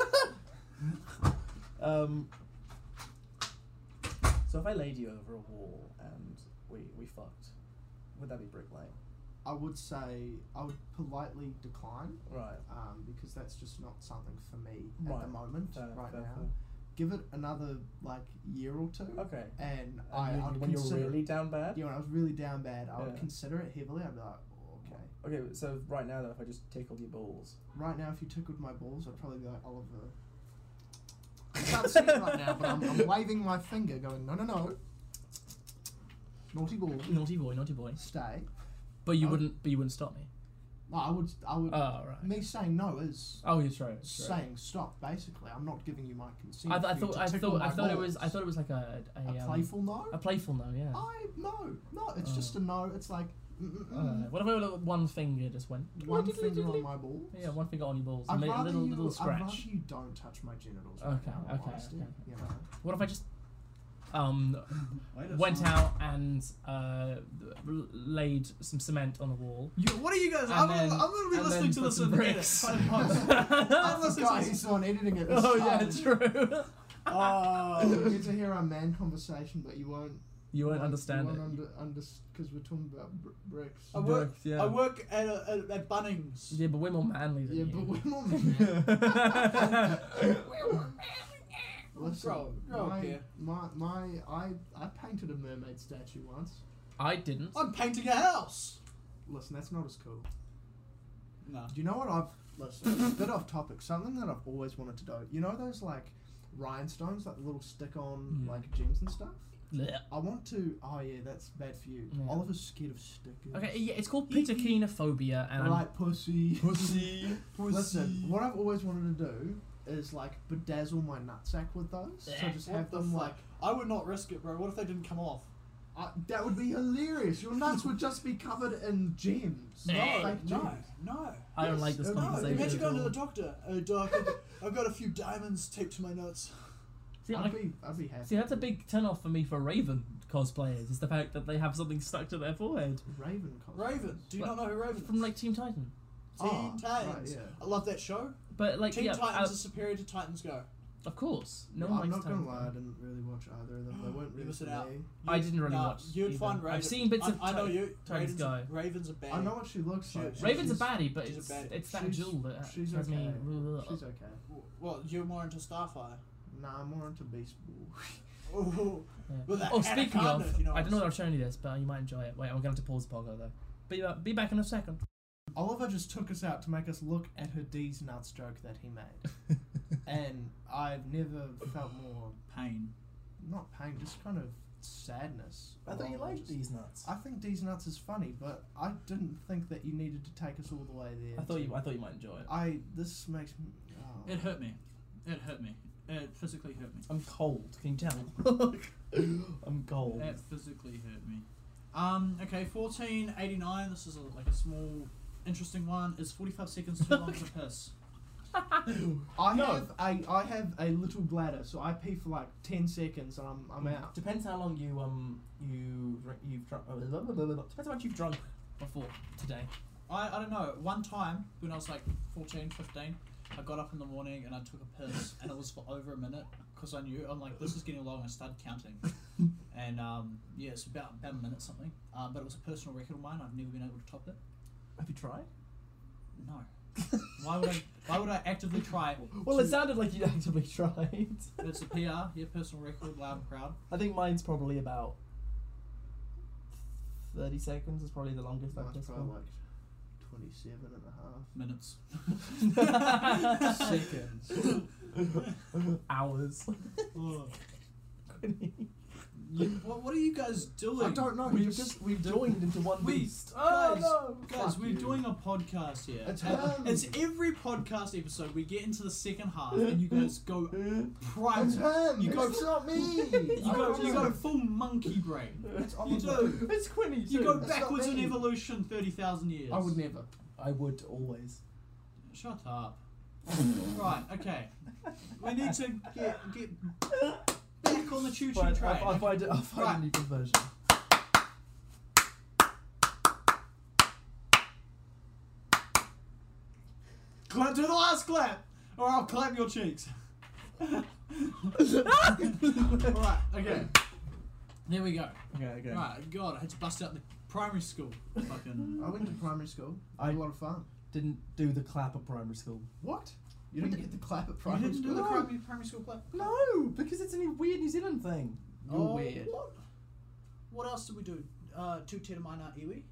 S2: Um. So if I laid you over a wall and we we fucked, would that be bricklaying?
S3: I would say I would politely decline,
S2: Right.
S3: um, because that's just not something for me at
S2: Right.
S3: the moment,
S2: Fair,
S3: right
S2: fair,
S3: now.
S2: fair.
S3: Give it another like year or two,
S2: Okay.
S3: and
S2: And
S3: I
S2: when-
S3: I'd
S2: when
S3: consider.
S2: you're really down bad.
S3: yeah, when I was really down bad, I would
S2: Yeah.
S3: consider it heavily. I'd be like, "Oh, okay.
S2: Okay, so right now though, if I just tickled your balls,
S3: Right now, if you tickled my balls, I'd probably be like Oliver. I can't see it right now, but I'm, I'm waving my finger, going, no, no, no. Naughty ball,
S2: naughty boy, naughty boy.
S3: stay.
S2: But you
S3: Oh.
S2: wouldn't, but you wouldn't stop me.
S3: No, I would, I would.
S2: Oh right.
S3: me saying no is
S2: Oh, you're right. that's right.
S3: saying stop. Basically, I'm not giving you my consent.
S2: I, th- I
S3: for you
S2: thought,
S3: to
S2: I
S3: tickle
S2: thought, I
S3: my
S2: thought it was, I
S3: balls.
S2: thought it was like a a,
S3: a
S2: um,
S3: playful Oh. no.
S2: a playful no, yeah.
S3: I no, no. It's
S2: Oh.
S3: just a no. It's like mm, mm, mm.
S2: Uh, what if I with one finger just went?
S3: one finger on my balls.
S2: Yeah, one finger on your balls.
S3: I'd
S2: and made a
S3: rather
S2: little
S3: you.
S2: little
S3: I'd rather
S2: scratch.
S3: you don't touch my genitals. right
S2: Okay,
S3: now, in all
S2: okay,
S3: honesty,
S2: okay.
S3: You know?
S2: What if I just um
S1: Wait a
S2: went
S1: second.
S2: out and uh l- laid some cement on the wall?
S1: You, what are you guys?
S2: And
S1: I'm, gonna,
S2: then-
S1: I'm gonna be
S2: and
S1: listening
S2: then
S1: to
S2: put
S1: this
S2: some
S1: in the edit.
S2: bricks.
S1: I'm
S3: I
S1: listening
S3: forgot
S1: to
S3: he's
S1: this.
S3: the one editing it. this
S2: oh yeah,
S3: time.
S2: true.
S3: Oh, you get to hear our man conversation, but you won't.
S2: You won't understand
S3: you
S2: it.
S3: won't because we're talking about br- bricks.
S5: I work.
S2: Bricks, yeah.
S5: I work at, a, at, at Bunnings.
S2: Yeah, but we're more manly than
S3: yeah,
S2: you.
S3: but we're more men. Listen,
S5: Grow- grow up
S3: my,
S5: here.
S3: my my I I painted a mermaid statue once.
S2: I didn't.
S5: I'm painting a house.
S3: Listen, that's not as cool.
S5: No.
S3: Do you know what I've listen? a bit off topic. Something that I've always wanted to do. You know those like rhinestones, like the little stick-on
S2: Mm.
S3: like gems and stuff.
S2: Blech.
S3: I want to. Oh yeah, that's bad for you.
S2: Yeah.
S3: Oliver's scared of stickers.
S2: Okay, yeah, it's called pitachinophobia, and
S3: I like pussy.
S2: Pussy.
S3: Listen, what I've always wanted to do is like bedazzle my nutsack with those. So
S2: Yeah.
S3: just
S5: What
S3: have
S5: the
S3: them like
S5: fuck? I would not risk it, bro. What if they didn't come off?
S3: I, that would be hilarious. Your nuts would just be covered in gems.
S2: No,
S3: not
S2: Hey.
S3: fake
S5: No,
S3: gems.
S5: no.
S2: I don't
S3: Yes,
S2: like this
S3: no,
S5: No,
S2: conversation.
S5: imagine
S2: at
S5: going to the
S2: all.
S5: doctor. Oh, doc, I've- I've got a few diamonds taped to my nuts.
S2: See, I,
S3: I'd be, I'd be happy.
S2: see, that's a big turn off for me for Raven cosplayers. It's the fact that they have something stuck to their forehead
S3: Raven. Cosmos.
S5: Raven. Do you
S2: Well,
S5: not know who Raven is?
S2: from like Team Titan.
S5: Teen
S3: Ah,
S5: Titans.
S3: right, yeah.
S5: I love that show.
S2: But like,
S5: Teen
S2: yeah,
S5: Titans
S2: uh,
S5: are superior to Titans Go.
S2: of course, no
S3: Yeah,
S2: one
S3: I'm
S2: likes
S3: not gonna
S2: Titan.
S3: lie, I didn't really watch either of them. They weren't
S5: You
S3: really
S5: missed
S3: for
S5: it out.
S3: me.
S2: I didn't really
S5: nah,
S2: watch
S5: You'd
S2: either.
S5: find Raven.
S2: I've seen bits
S5: I,
S2: of
S5: I know
S2: Ti-
S5: you.
S2: Titans
S5: Raven's,
S2: Go.
S5: Raven's a bad.
S3: I know what she looks
S5: She-
S3: like.
S5: she-
S3: but
S2: Raven's a
S3: she's-
S2: baddie, but
S5: she's
S2: it's
S5: a baddie.
S2: it's that
S3: she's-
S2: jewel that
S3: She's
S2: has
S3: okay.
S2: me.
S3: She's okay.
S5: Well, you're more into Starfire.
S3: Nah, I'm more into baseball.
S5: Ooh.
S2: Yeah.
S5: Well, that
S2: Oh, speaking
S5: anaconda,
S2: of,
S5: if you know
S2: I
S5: what
S2: don't
S5: I'm
S2: know if I've shown you this, but you might enjoy it. Wait, I'm going to pause the pogo though. Be, uh, be back in a second.
S4: Oliver just took us out to make us look at her D's nuts joke that he made. and I've never felt more,
S1: Pain.
S4: not pain, just kind of sadness.
S3: I thought you
S4: along
S3: liked
S4: just-
S2: These nuts.
S4: I think D's nuts is funny, but I didn't think that you needed to take us all the way there.
S2: I thought
S4: to-
S2: you, I thought you might enjoy it.
S4: I. This makes me. Oh.
S1: It hurt me. It hurt me. It physically hurt me.
S2: I'm cold. Can you tell? I'm cold.
S1: That physically hurt me. Um, okay, 1489. This is a, like a small, interesting one. Is 45 seconds too long to piss?
S4: I
S2: No.
S4: have a I have a little bladder, so I pee for like ten seconds and I'm I'm out.
S2: Depends how long you um you dr- you've drunk. uh, blah, blah, blah, blah, blah. Depends how much you've drunk before today.
S1: I, I don't know. One time, when I was like 14, 15, I got up in the morning and I took a piss, and it was for over a minute because I knew I'm like this is getting long. I started counting, and um, yeah, it's about about a minute something. Um, but it was a personal record of mine. I've never been able to top it.
S2: Have you tried?
S1: No. why would I? Why would I actively try?
S2: Well,
S1: to-
S2: it sounded like you actively tried.
S1: It's a PR, yeah, personal record, loud and proud.
S2: I think mine's probably about thirty seconds. Is probably the longest I've
S3: Mine's
S2: just
S3: probably like 27 and a
S1: Minutes.
S3: half.
S4: seconds.
S2: hours.
S1: You- what, what are you guys doing?
S4: I don't know.
S2: we
S4: you
S2: just, we've joined into one
S1: We-
S2: beast.
S1: guys,
S2: Oh
S1: Guys,
S3: Fuck
S1: we're
S3: you.
S1: doing a podcast here.
S3: It's
S1: And
S3: him.
S1: it's every podcast episode. We get into the second half, and you guys go primal.
S3: him!
S1: You go-
S3: it's not me!
S1: You
S3: I
S1: go,
S3: don't
S1: you
S3: know.
S1: go full monkey brain.
S3: It's
S1: You
S3: Oliver.
S1: do.
S2: no! It's Quinny.
S1: You
S2: too.
S1: go
S3: That's not
S1: backwards in
S3: me.
S1: evolution thirty thousand years.
S4: I would never.
S2: I would always.
S1: Shut up. right. Okay. We need to get get back on the choo choo
S2: Fine,
S1: train.
S2: I'll, I'll find, it- I'll find
S1: Right.
S2: a new conversion.
S1: Clap do the last clap, or I'll clap your cheeks. Alright, okay. There we go.
S2: Okay, okay.
S1: Right, God, I had to bust out the primary school. Fucking.
S3: I went to primary school. I
S2: I-
S3: had a lot of fun.
S2: Didn't do the clap at primary school.
S3: What? You didn't get the clap at
S1: You
S3: primary
S1: didn't do
S3: school?
S1: the primary, primary school clap?
S2: No, because it's a new weird New Zealand thing.
S4: You're
S3: Oh,
S4: weird.
S1: Oh, What? What else did we do? Uh, two Tetamina Iwi?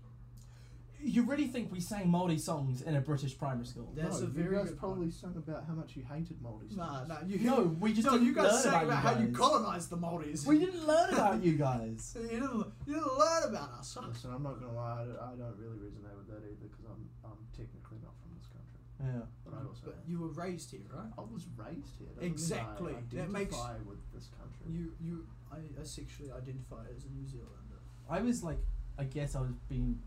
S2: You really think we sang Maori songs in a British primary school?
S3: No,
S1: That's a
S3: you
S1: very
S3: guys
S1: good
S3: probably sung about how much you hated Maldives.
S1: Nah, nah, you.
S2: No, we just
S1: no,
S2: didn't
S1: you
S2: learn
S1: guys
S2: about
S1: sang about
S2: you
S1: how you
S2: guys.
S1: colonized the Maldives.
S2: We didn't learn about you guys.
S1: You didn't, you didn't learn about us.
S3: Listen, I'm not gonna lie, I don't, I don't really resonate with that either because I'm, I'm technically not from this country.
S2: Yeah.
S3: But I also.
S1: But you were raised here, right?
S3: I was raised here.
S1: Exactly.
S3: That
S1: That makes-
S3: makes. I identify with this country.
S1: You, you, I, I sexually identify as a New Zealander.
S2: I was like, I guess I was being.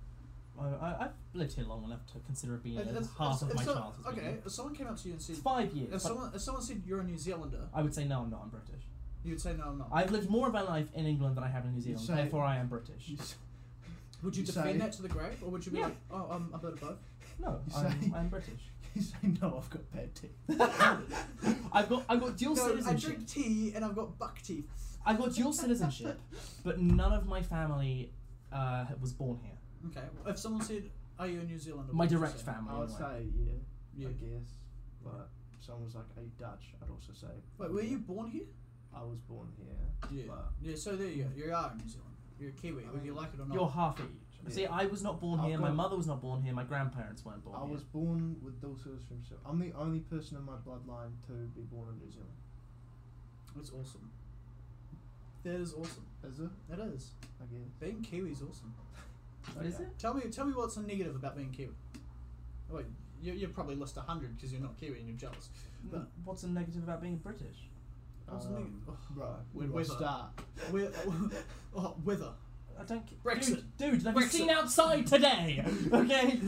S2: I, I, I've lived here long enough to consider it being
S1: It- it's-
S2: half
S1: it's-
S2: of my
S1: it's not-
S2: childhood.
S1: Okay, if someone came up to you and said,
S2: It's five years.
S1: if
S2: but
S1: someone if someone said you're a New Zealander,
S2: I would say no, I'm not. I'm British.
S1: you'd say no, I'm not.
S2: I've lived more of my life in England than I have in New Zealand.
S3: say-
S2: therefore, I am British.
S3: You s-
S1: would you,
S3: you
S1: defend
S3: say-
S1: that to the grave, or would you be
S2: Yeah.
S1: like, oh, I'm a bit of both?
S2: No,
S3: You
S2: I'm,
S3: say-
S2: I'm British.
S3: you say, no, I've got bad teeth.
S2: I've got I've got dual
S1: No, I
S2: citizenship.
S1: drink tea and I've got buck teeth.
S2: I've got dual citizenship, but none of my family uh, was born here.
S1: Okay, well, if someone said, are you a New Zealander?
S2: My
S1: what would you
S2: direct
S1: say?
S2: family.
S3: I would
S2: anyway.
S3: say, yeah,
S1: Yeah.
S3: I guess. But if someone was like, are you Dutch? I'd also say.
S1: Wait, were you born here?
S3: I was born here.
S1: Yeah.
S3: But
S1: Yeah. So there you go. You are a New Zealander. You're a Kiwi,
S3: I
S1: whether you
S3: mean,
S1: like it or not.
S2: You're half each. See,
S3: Yeah.
S2: I was not born
S3: I've
S2: here. My
S3: got-
S2: mother was not born here. My grandparents weren't born
S3: I
S2: here.
S3: was born with dual citizenship. I'm the only person in my bloodline to be born in New Zealand.
S1: That's awesome. That is awesome.
S3: Is it?
S1: That is.
S3: I guess.
S1: Being Kiwi is awesome.
S2: What is
S3: Okay.
S2: it?
S1: Tell me, tell me what's a negative about being Kiwi. Oh, Wait, you, you probably list a hundred because you're not Kiwi and you're jealous. But-
S2: Mm, What's the negative about being British?
S1: What's the
S3: Um,
S1: neg- oh,
S3: Bro, where do I
S1: Weather.
S3: start?
S1: We're, oh, weather.
S2: I don't. ca-
S1: Brexit.
S2: Dude, dude have you
S1: Brexit.
S2: seen outside today? okay.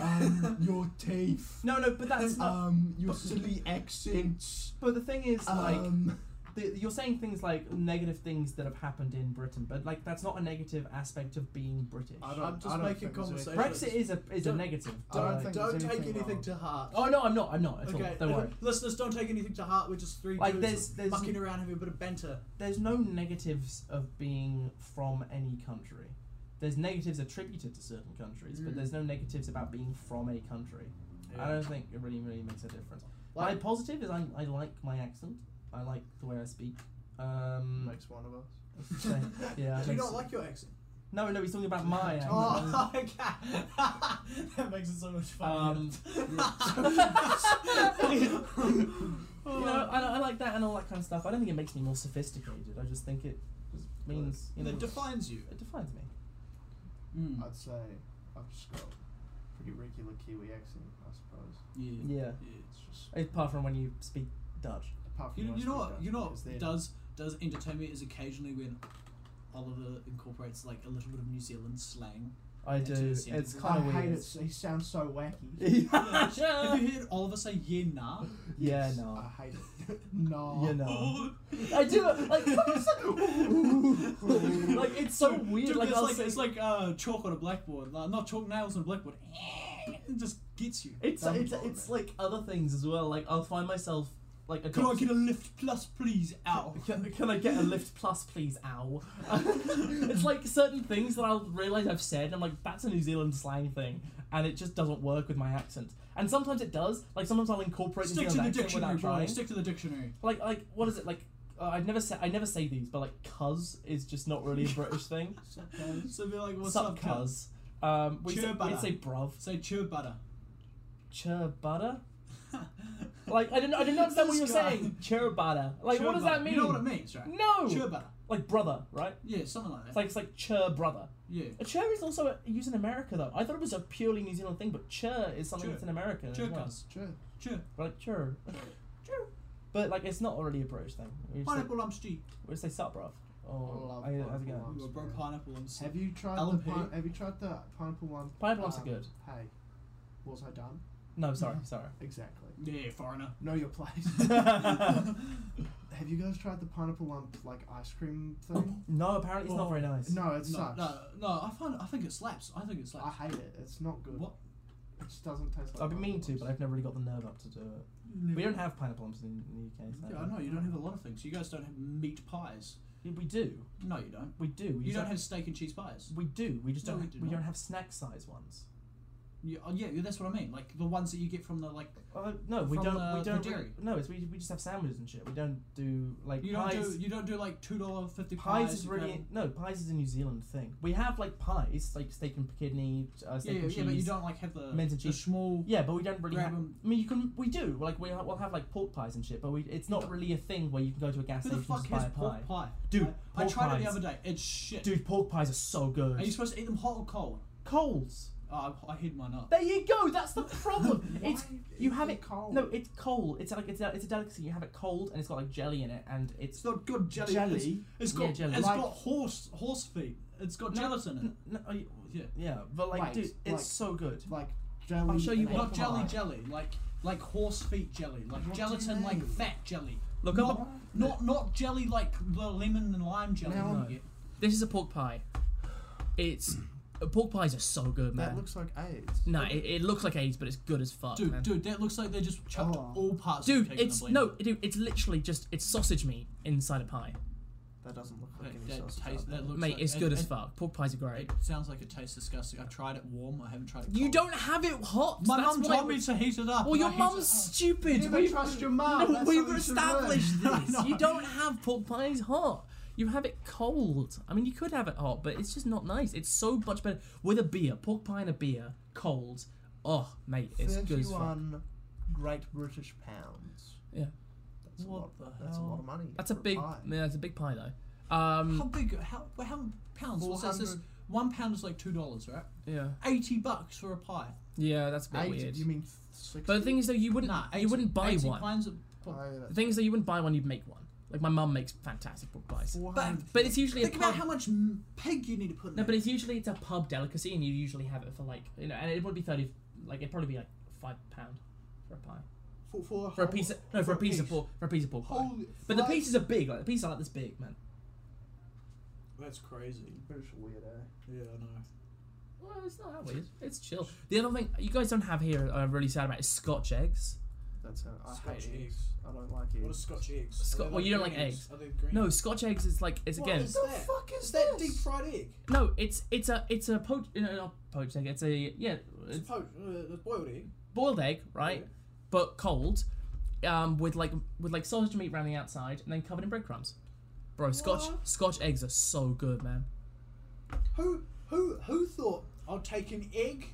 S3: Um, your teeth.
S2: no, no, but that's not.
S3: Um, your silly accents.
S2: But the thing is, like,
S3: Um, um,
S2: the, you're saying things like negative things that have happened in Britain, but like that's not a negative aspect of being British.
S3: I don't,
S5: I'm
S3: I
S5: just
S3: don't
S5: making
S3: think there's any-
S5: conversation.
S2: Brexit is a is a
S5: Don't-
S2: negative.
S3: I don't
S2: but-
S3: think
S5: Don't
S3: there's
S5: take
S3: anything
S5: anything
S3: wrong.
S5: to heart.
S2: oh no, I'm not. I'm not at
S5: okay,
S2: all. Don't worry.
S5: listeners, don't take anything to heart. We're just three
S2: Like,
S5: dudes
S2: there's- there's-
S5: mucking around having a bit of banter.
S2: There's no negatives of being from any country. There's negatives attributed to certain countries, but
S5: Mm.
S2: there's no negatives about being from a country. I don't think it really really makes a difference. My
S5: Like-
S2: positive is I, I like my accent. I like the way I speak. Um,
S3: Makes one of us.
S2: yeah.
S5: Do you
S2: makes-
S5: not like your accent?
S2: no, no, he's talking about my accent.
S5: Oh, okay. that makes it so much
S2: Um,
S5: fun. Oh.
S2: you know, I, I like that and all that kind of stuff. I don't think it makes me more sophisticated. I just think it just means you know
S5: it defines you.
S2: it Hmm. defines me.
S1: Mm.
S3: Hmm. I'd say I've just got a pretty regular Kiwi accent, I suppose.
S1: Yeah.
S2: Yeah,
S1: Yeah.
S3: It's just
S2: apart from when you speak Dutch.
S3: apart from
S1: You,
S3: when I
S1: you know
S3: speak
S1: what?
S3: Dutch,
S1: You know
S3: because
S1: what
S3: then-
S1: does does entertain me is occasionally when Oliver incorporates like a little bit of New Zealand slang.
S2: I
S1: Into
S2: do.
S1: the
S2: It's
S1: sentence.
S3: I
S2: kind of
S3: hate
S2: weird.
S3: it. He sounds so wacky.
S1: Have
S2: yeah,
S1: you heard Oliver say yeah nah?
S2: yeah,
S3: Yes,
S2: no.
S3: I hate it. no.
S2: You know. I do it, like like it's so weird.
S1: Dude,
S2: like
S1: it's
S2: I'll
S1: like
S2: say,
S1: it's like uh, chalk on a blackboard, like, not chalk nails on a blackboard. It just gets you.
S2: it's
S3: dumb
S2: it's,
S3: for
S2: it's
S3: me.
S2: like other things as well. Like I'll find myself like a
S1: Can I
S2: doc-
S1: get a lift plus, please? Ow.
S2: Can, can I get a lift plus, please? Ow. it's like certain things that I'll realize I've said, and I'm like, that's a New Zealand slang thing, and it just doesn't work with my accent. And sometimes it does. Like sometimes I'll incorporate New
S1: Stick to the
S2: Zealand accent
S1: dictionary,
S2: without
S1: bro.
S2: trying.
S1: Stick to the dictionary.
S2: Like like what is it like? Uh, I never say I never say these, but like cuz is just not really a British thing.
S1: So be like, what's
S2: Sup,
S1: up, cuz?
S2: cuz? Um, we
S1: Cheer
S2: say,
S1: butter.
S2: we'd say bruv.
S1: Say cheer butter.
S2: Chur butter. Like I didn't I didn't understand what you were
S1: This guy.
S2: saying. Chur butter. Like
S1: Cheer
S2: what does
S1: butter.
S2: that mean?
S1: You know what it means, right?
S2: No.
S1: Cheer butter.
S2: Like brother, right?
S1: Yeah, something like that.
S2: It's Oh. like it's like chur brother.
S1: yeah.
S2: A chur is also used in America though. I thought it was a purely New Zealand thing, but chur is something
S1: Chur.
S2: that's in America. as
S1: Cheer
S2: well.
S1: cuz.
S3: Sure.
S1: Cheer.
S2: Right, chur. chur. But like it's not really a British thing. We just say,
S1: Pineapple lumps G.
S2: we just say sup bruv. Or Oh,
S3: love
S2: I, how's it
S3: pineapple
S2: going?
S3: lumps.
S1: You were bro pineapple lumps.
S3: Have you tried
S1: LP?
S3: the pine- Have you tried the pineapple one? Um,
S2: Pineapple lumps are good.
S3: Hey, was I done?
S2: No, sorry, sorry.
S3: Exactly.
S1: Yeah, foreigner.
S3: Know your place. have you guys tried the pineapple lump like ice cream thing?
S2: No, apparently it's not
S1: Oh,
S2: very nice.
S3: No, it
S1: No,
S3: sucks.
S1: no, no, I find I think it slaps. I think it
S3: I
S1: slaps.
S3: hate it. It's not good.
S1: What?
S3: It just doesn't taste like.
S2: I've been meaning to,
S3: pineapple
S2: but I've never really got the nerve up to do it. We don't have pineapple lumps in the UK. So
S1: Yeah, I know you don't have a lot of things. You guys don't have meat pies.
S2: Yeah, We do.
S1: No, you don't.
S2: We do. We
S1: You
S2: just
S1: don't have steak and cheese pies.
S2: We do. We just
S1: No,
S2: don't.
S1: we
S2: ha-
S1: do
S2: we
S1: not.
S2: don't have snack size ones.
S1: You, oh, yeah, yeah, that's what I mean. Like the ones that you get from the like.
S2: Uh, no, we
S1: From
S2: don't.
S1: the-
S2: we
S1: the
S2: don't. re-
S1: dairy.
S2: no, it's we, we just have sandwiches and shit. We don't do like
S1: You don't
S2: pies.
S1: do you don't do like two dollar fifty
S2: pies,
S1: pies.
S2: is
S1: you
S2: really
S1: don't-
S2: no. Pies is a New Zealand thing. We have like pies, like steak and kidney, uh,
S1: Yeah,
S2: steak
S1: yeah,
S2: and cheese.
S1: yeah, but you don't like have the
S2: mint and
S1: the
S2: cheese.
S1: small.
S2: Yeah, but we don't really.
S1: Grab
S2: Have,
S1: 'em.
S2: I mean, you can. We do. Like we ha- we'll have like pork pies and shit, but we it's not really a thing where you can go to a gas
S1: Who
S2: station
S1: the fuck
S2: and just
S1: has
S2: buy a pie.
S1: pork pie?
S2: Dude,
S1: I, I
S2: pork
S1: tried it
S2: pies.
S1: the other day. It's shit.
S2: Dude, pork pies are so good.
S1: Are you supposed to eat them hot or cold?
S2: Coles.
S1: Oh, I, I hid mine up.
S2: There you go. That's the problem.
S3: Why
S2: it's
S3: is
S2: you have
S3: it
S2: it
S3: cold?
S2: No, it's cold. It's like it's a, it's a delicacy. You have it cold, and it's got like jelly in it, and it's
S1: It's not good jelly.
S3: Jelly?
S1: It's, it's
S2: Yeah,
S1: got
S2: jelly.
S1: it's
S3: Like-
S1: got horse horse feet. It's got
S2: No,
S1: gelatin in it.
S2: No, are you-
S1: Yeah.
S2: yeah, but like,
S3: Wait,
S2: dude, it's
S3: like-
S2: so good.
S3: Like jelly.
S2: I'll show you
S3: and
S2: what
S1: Not jelly
S3: pie.
S1: jelly, like like horse feet jelly, like
S3: What do you
S1: gelatin like
S3: mean?
S1: fat jelly.
S2: Look
S1: not,
S2: up
S1: not not jelly like the lemon and lime jelly.
S3: Now-
S1: you
S3: No.
S1: get.
S9: This is a pork pie. It's uh, pork pies are so good,
S3: That
S9: man.
S3: looks like AIDS.
S9: nah, it, it looks like AIDS, but it's good as fuck,
S1: Dude,
S9: man.
S1: dude, that looks like they just chucked
S3: Oh.
S1: all parts. of
S9: Dude,
S1: the pig in
S9: it's
S1: the blender.
S9: no, dude, it's literally just it's sausage meat inside a pie,
S3: That doesn't look like
S1: That,
S3: any
S1: that
S3: sausage.
S1: tastes.
S3: out
S1: That looks
S9: mate.
S1: like,
S9: It's
S1: it-
S9: good as
S1: it-
S9: fuck. Pork pies are great.
S1: It sounds like it tastes disgusting. I've tried it warm. I haven't tried it.
S9: You
S1: cold.
S9: don't have it hot.
S1: My
S9: that's
S1: mum
S9: why
S1: told
S9: we-
S1: me to heat it up.
S9: Well,
S1: and
S9: your
S1: I heat
S9: mum's
S1: it
S9: stupid.
S3: there.
S9: We-
S3: Never trust your mum.
S9: No,
S3: that's
S9: we've
S3: how you should
S9: established
S3: learn.
S9: this. you don't have pork pies hot. You have it cold. I mean, you could have it hot, but it's just not nice. It's so much better with a beer, pork pie and a beer, cold. Oh, mate, it's good as fuck.
S3: Thirty-one Great British pounds.
S9: Yeah.
S3: That's a
S1: What
S3: lot,
S1: the
S3: That's a
S1: hell?
S3: lot of money.
S9: That's a
S3: for
S9: big.
S3: pie.
S9: yeah, that's a big pie though.
S1: up. How
S9: Um,
S1: big? How how many pounds? What's that? This
S3: 400.
S1: one pound is like two dollars, right?
S9: yeah,
S1: Eighty bucks for a pie.
S9: yeah, that's a bit
S3: Eight,
S9: weird.
S3: You mean six?
S9: But the thing is though, you wouldn't.
S1: Nah, 80,
S9: you wouldn't buy
S1: 80
S9: one.
S1: Pounds of,
S9: The thing is though, you wouldn't buy one. You'd make one. Like my mum makes fantastic pork pies.
S1: but
S9: But it's usually
S1: think
S9: a
S1: about
S9: pub.
S1: how much m- pig you need to put in.
S9: No,
S1: there.
S9: but it's usually it's a pub delicacy, and you usually have it for like you know, and it would be thirty, like it'd probably be like five pound for a pie.
S5: For, for,
S2: For a piece of, no, for a piece of pork, for a piece of pork pie.
S5: Holy
S2: But the
S5: fuck.
S2: pieces are big, like the pieces are like this big, man.
S5: That's crazy.
S3: British are weird, eh?
S5: Yeah, I know.
S2: Well, it's not that weird. It's chill. The other thing you guys don't have here, I'm really sad about, is Scotch eggs.
S3: That's how I
S5: Scotch
S3: hate
S5: eggs.
S3: eggs. I don't like eggs.
S5: What are Scotch eggs?
S2: Sco-
S5: Are they
S2: well, you don't like
S5: green
S2: eggs.
S5: Are they green?
S2: No, Scotch eggs is like it's
S5: What
S2: again.
S5: is
S3: the
S5: that?
S3: fuck is
S5: Is that
S3: this?
S5: deep fried egg?
S2: No, it's it's a it's a poached no, not poached egg. It's a yeah,
S5: It's
S2: it's
S5: poached, uh, it's boiled egg.
S2: boiled egg, right?
S5: Yeah.
S2: But cold, um, with like with like sausage meat around the outside, and then covered in breadcrumbs. Bro, Scotch
S5: What?
S2: Scotch eggs are so good, man.
S5: Who who who thought I'll take an egg,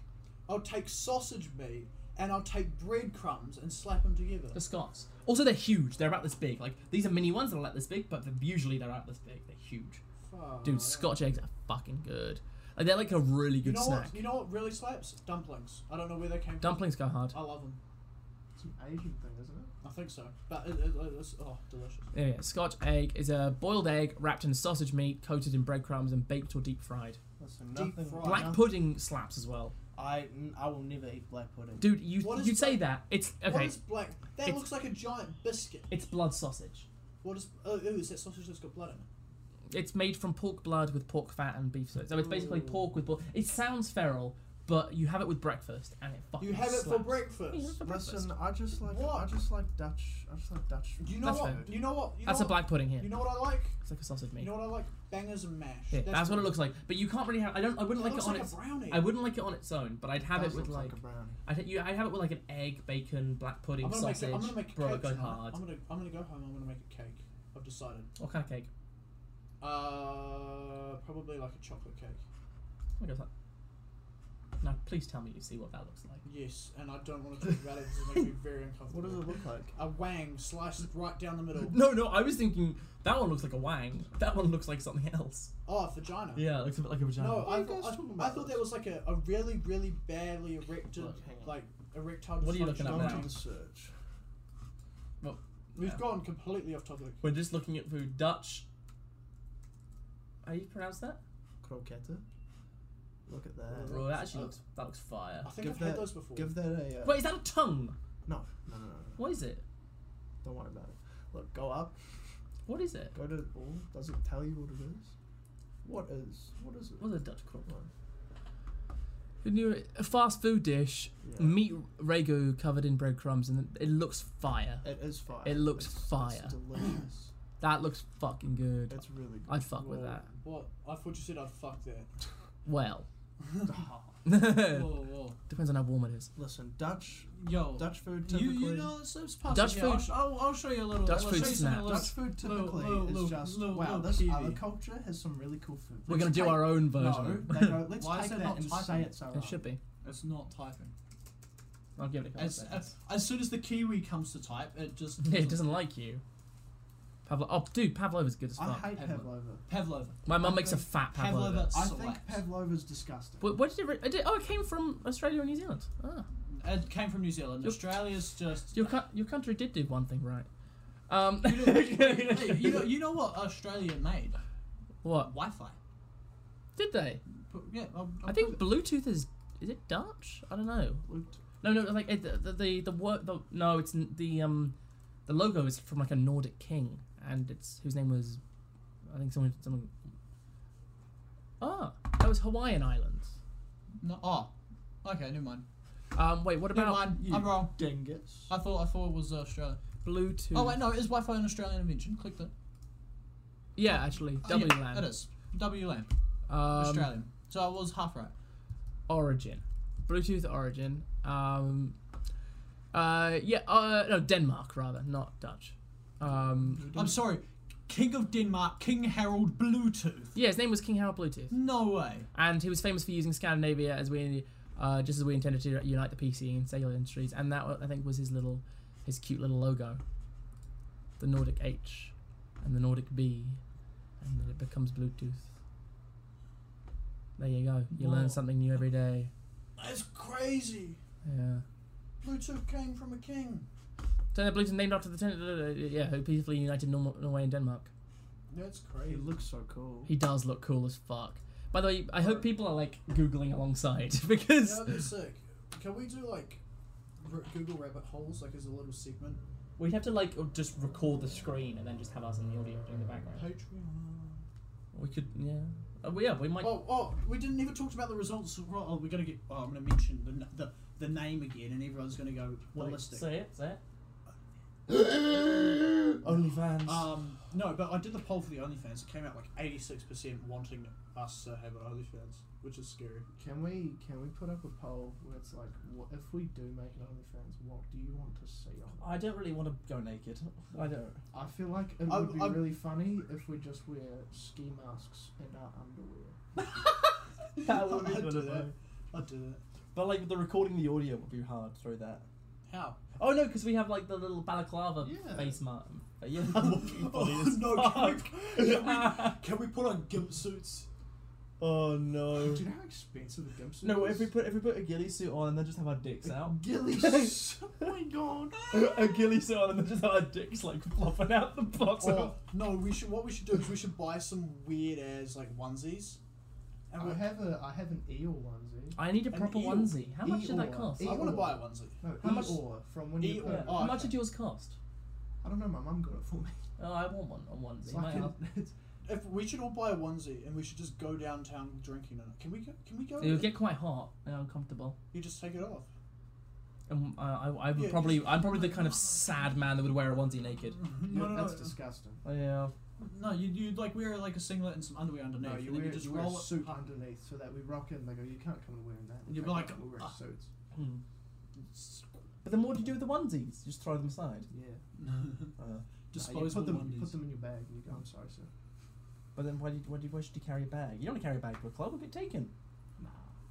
S5: I'll take sausage meat, and I'll take breadcrumbs and slap them together?
S2: The Scots. Also, they're huge. They're about this big. Like these are mini ones that are like this big, but they're, usually they're about this big. They're huge.
S5: Fuck.
S2: Dude, Scotch eggs are fucking good. Like they're like a really
S5: You
S2: good
S5: know
S2: snack.
S5: what? You know what really slaps? Dumplings. I don't know where they came
S2: Dumplings go hard.
S5: from. I love them.
S3: It's an Asian thing, isn't it?
S5: I think so. But it, it, it's oh delicious.
S2: Yeah, yeah, Scotch egg is a boiled egg wrapped in sausage meat, coated in breadcrumbs, and baked or deep fried.
S4: Listen,
S5: Deep
S4: nothing.
S5: fried.
S2: Black
S4: nothing-
S2: pudding slaps as well.
S4: I n- I will never eat black pudding.
S2: Dude, you
S5: What is
S2: you say that it's
S5: What
S2: okay.
S5: is black? That
S2: It's-
S5: looks like a giant biscuit.
S2: It's blood sausage.
S5: What is? Oh, ooh, is that sausage that's got blood in it?
S2: It's made from pork blood with pork fat and beef sauce. So it's basically
S3: Ooh.
S2: pork with pork. It sounds feral, but you have it with breakfast and it fucking
S5: You have it for
S2: slaps. You have it
S5: breakfast.
S2: for breakfast.
S3: Listen, I just like I
S5: What?
S3: just like Dutch. I just like Dutch.
S5: You know
S2: That's
S5: what?
S2: fair.
S5: You know what? You
S2: That's
S5: know
S2: a
S5: what,
S2: black pudding here.
S5: You know what I like?
S2: it's like a sausage meat.
S5: You know what I like? Bangers and mash.
S2: yeah, that's, what it looks like. But you can't really have. I don't. I
S5: It
S2: wouldn't like it
S5: looks
S2: on
S5: like a
S2: its.
S5: brownie.
S2: I wouldn't like it on its own. But I'd have
S3: Does
S2: it with
S3: look
S2: like.
S3: a brownie.
S2: I think you. I'd have it with like an egg, bacon, black pudding,
S5: I'm gonna
S2: sausage.
S5: Make a, I'm gonna make a
S2: bro,
S5: cake
S2: it goes
S5: tonight.
S2: hard.
S5: I'm gonna I'm gonna go home. I'm gonna make a cake. I've decided.
S2: What kind of cake?
S5: Uh, probably like a chocolate cake.
S2: What goes hard? Now, please tell me you see what that looks like.
S5: Yes, and I don't want to talk about it because it makes me very uncomfortable.
S3: What does it look like?
S5: A wang slices right down the middle.
S2: No, no, I was thinking that one looks like a wang. That one looks like something else.
S5: Oh, a vagina.
S2: Yeah, it looks a bit like a vagina.
S5: No,
S3: What are
S5: I,
S3: you
S5: thought-
S3: guys talking
S5: I, I
S3: about?
S5: thought that was like a, a really, really badly erected,
S4: Look, hang on.
S5: like erectile
S2: What are you
S5: dysfunction
S2: looking at
S3: Go
S2: now?
S3: on
S5: going
S3: the
S5: on.
S3: search.
S5: We've
S2: Yeah.
S5: gone completely off topic.
S2: We're just looking at food. Dutch. How do you pronounce that?
S3: Croquette. Look at that.
S2: Bro, that actually
S5: Uh,
S2: looks that looks fire.
S5: I think
S3: give
S5: I've had
S3: that-
S5: those before.
S3: Give that a. Uh,
S2: Wait, is that a tongue?
S3: No, no, no, no, no.
S2: What is it?
S3: Don't worry about it. Look, go up.
S2: What is it?
S3: Go to the ball. Does it tell you what it is? What is? What is it?
S2: What's a Dutch crop?
S3: No.
S2: Who knew it? A fast food dish,
S3: Yeah.
S2: meat ragu covered in breadcrumbs, and it looks fire.
S3: It is fire.
S2: It looks
S3: It's-
S2: fire.
S3: It's delicious.
S2: That looks fucking good.
S3: It's really good.
S2: I'd fuck with
S5: Whoa.
S2: that.
S5: What? I thought you said I'd fuck that.
S2: Well,
S5: Whoa,
S2: depends
S5: whoa.
S2: on how warm it is.
S3: Listen, Dutch
S1: Yo,
S3: Dutch food
S1: you,
S3: typically.
S1: you know, it's, it's past
S2: Dutch
S1: yeah, I'll
S2: food-
S1: sh- I'll, I'll show you a little.
S2: Dutch
S1: I'll
S2: food
S1: show you something
S2: snaps.
S1: a little-
S3: Dutch food
S1: little-
S3: typically
S1: little-
S3: is
S1: little-
S3: just
S1: little-
S3: wow.
S1: little
S3: This
S1: kiwi.
S3: other culture has some really cool food.
S2: We're gonna do our own version.
S3: No, they go, let's
S1: Why is
S3: take
S1: it
S3: that
S1: not
S3: and
S1: typing?
S3: say it's our own.
S2: It should be.
S1: It's not typing.
S2: I'll give it a couple.
S1: As,
S2: seconds.
S1: as, as soon as the Kiwi comes to type, it just.
S2: Yeah, it doesn't like you. Pavlov. Oh, dude, Pavlova's good as
S3: I
S2: fuck.
S3: hate
S1: Pavlova.
S3: pavlova.
S1: Pavlova.
S2: My mum makes a fat Pavlova.
S1: Pavlova.
S3: I think
S1: Select.
S3: pavlova's disgusting.
S2: Where, where did it? Re- I did, oh, it came from Australia and New Zealand. Ah,
S1: It came from New Zealand.
S2: Your-
S1: Australia's just.
S2: your cou- your country did do one thing right. Um,
S1: Hey, you, know, you know what Australia made?
S2: what
S1: Wi Fi.
S2: did they?
S1: Yeah, I'll, I'll
S2: I think Bluetooth is is it Dutch? I don't know.
S3: Looked-
S2: No, no, like it, the the the work. The, no, it's n- the um, the logo is from like a Nordic king, and it's whose name was, I think someone someone. Ah, that was Hawaiian Islands.
S1: No, oh, okay, never mind.
S2: Um, wait, what
S1: Never
S2: about
S1: mind. I'm wrong.
S3: Dingus.
S1: I thought I thought it was Australia.
S2: Bluetooth?
S1: Oh wait, no, it is Wi-Fi an Australian invention? Click that.
S2: Yeah, actually,
S1: Oh,
S2: W
S1: yeah,
S2: land.
S1: It is WLAN
S2: Um,
S1: Australian. So I was half right.
S2: Origin, Bluetooth Origin. Um, uh, yeah, uh, no, Denmark rather, not Dutch. Um,
S1: I'm sorry, King of Denmark, King Harold Bluetooth.
S2: yeah, his name was King Harold Bluetooth.
S1: No way.
S2: and he was famous for using Scandinavia as we, uh, just as we intended to unite the PC and cellular industries, and that I think was his little, his cute little logo. The Nordic H, and the Nordic B, and then it becomes Bluetooth. There you go. You
S1: Wow.
S2: learn something new every day.
S5: That's crazy.
S2: Yeah.
S5: Bluetooth came from a king.
S2: So the Bluetooth named after the ten- uh, yeah who peacefully united Nor- Norway and Denmark.
S5: That's
S3: He
S5: crazy.
S3: looks so cool.
S2: He does look cool as fuck. By the way, I hope people are like googling alongside because
S5: That would be sick. Can we do like r- Google rabbit holes, like as a little segment.
S9: We'd have to like just record the screen and then just have us in the audio doing the background.
S5: Patreon.
S9: We could, yeah. Uh, well, yeah, we might.
S1: Oh, oh, we didn't even talk about the results. of- Oh, we're gonna get. Oh, I'm gonna mention the n- the, the name again, and everyone's gonna go ballistic.
S9: say it, say it.
S2: OnlyFans.
S1: Um, no, but I did the poll for the OnlyFans. It came out like 86% wanting us to have an OnlyFans, which is scary.
S3: Can we can we put up a poll where it's like, what, if we do make an OnlyFans, what do you want to see on?
S2: I don't really want to go naked. I don't.
S3: it? I feel like it
S1: I-
S3: would be
S1: I-
S3: really funny if we just wear ski masks and our underwear.
S2: That would be
S1: I'd do
S2: wonderful.
S1: that. I'd do that.
S2: But like the recording the audio would be hard through that.
S1: How?
S9: Oh no, because we have like the little balaclava
S3: Yeah.
S9: face mark. But yeah, that walking body is
S1: no,
S9: fuck.
S1: can we, can, we, can we put on gimp suits?
S2: Oh
S3: Do
S2: no.
S3: you know how expensive a gimp suit
S2: No, if
S3: is?
S2: we put if we put a ghillie suit on and then just have our dicks out.
S3: Gilly s- oh my god.
S2: a ghillie suit on and then just have our dicks like flopping out the bottom.
S5: Or, no, we should. What we should do is we should buy some weird as like onesies, and
S3: I
S5: we
S3: have a I have an eel onesie.
S9: I need a
S5: An
S9: proper
S5: eel.
S9: onesie. How much did that
S3: Eeyore.
S9: cost?
S5: I want to
S3: Eeyore.
S5: buy a onesie.
S3: No,
S9: How much-
S3: Eeyore from when you
S5: Eeyore.
S3: put
S9: Yeah.
S3: it-
S5: Oh,
S9: How much
S5: okay.
S9: did yours cost?
S3: I don't know, my mum got it for me.
S9: Oh, I want one. A onesie.
S3: It's
S9: You might
S3: like an-
S9: have-
S3: it's-
S5: If we should all buy a onesie and we should just go downtown drinking in it. Can we go? Can we go?
S9: It would get quite hot and uncomfortable.
S5: you just take it off.
S9: And uh, I, I would
S5: Yeah,
S9: probably, I'm probably the kind of sad man that would wear a onesie naked. Oh,
S1: No, no, no.
S3: that's disgusting.
S9: Yeah.
S1: No, you, you'd like wear like a singlet and some underwear underneath,
S3: No, you
S1: and
S3: wear,
S1: then you
S3: just
S1: just
S3: you wear a
S1: roll it.
S3: suit underneath so that we rock in. They go, you can't come in wearing that.
S1: You'd be
S3: Okay,
S1: like,
S3: we're wearing
S1: "Ah."
S3: suits.
S9: Hmm. But then what do you do with the onesies? Just throw them aside.
S3: Yeah.
S2: Uh,
S1: Disposable
S3: you put them, you
S1: onesies.
S3: put them in your bag and you go, I'm sorry, sir.
S2: But then why do you, why do you, why should you carry a bag? You don't want to carry a bag to a club. We'll get taken.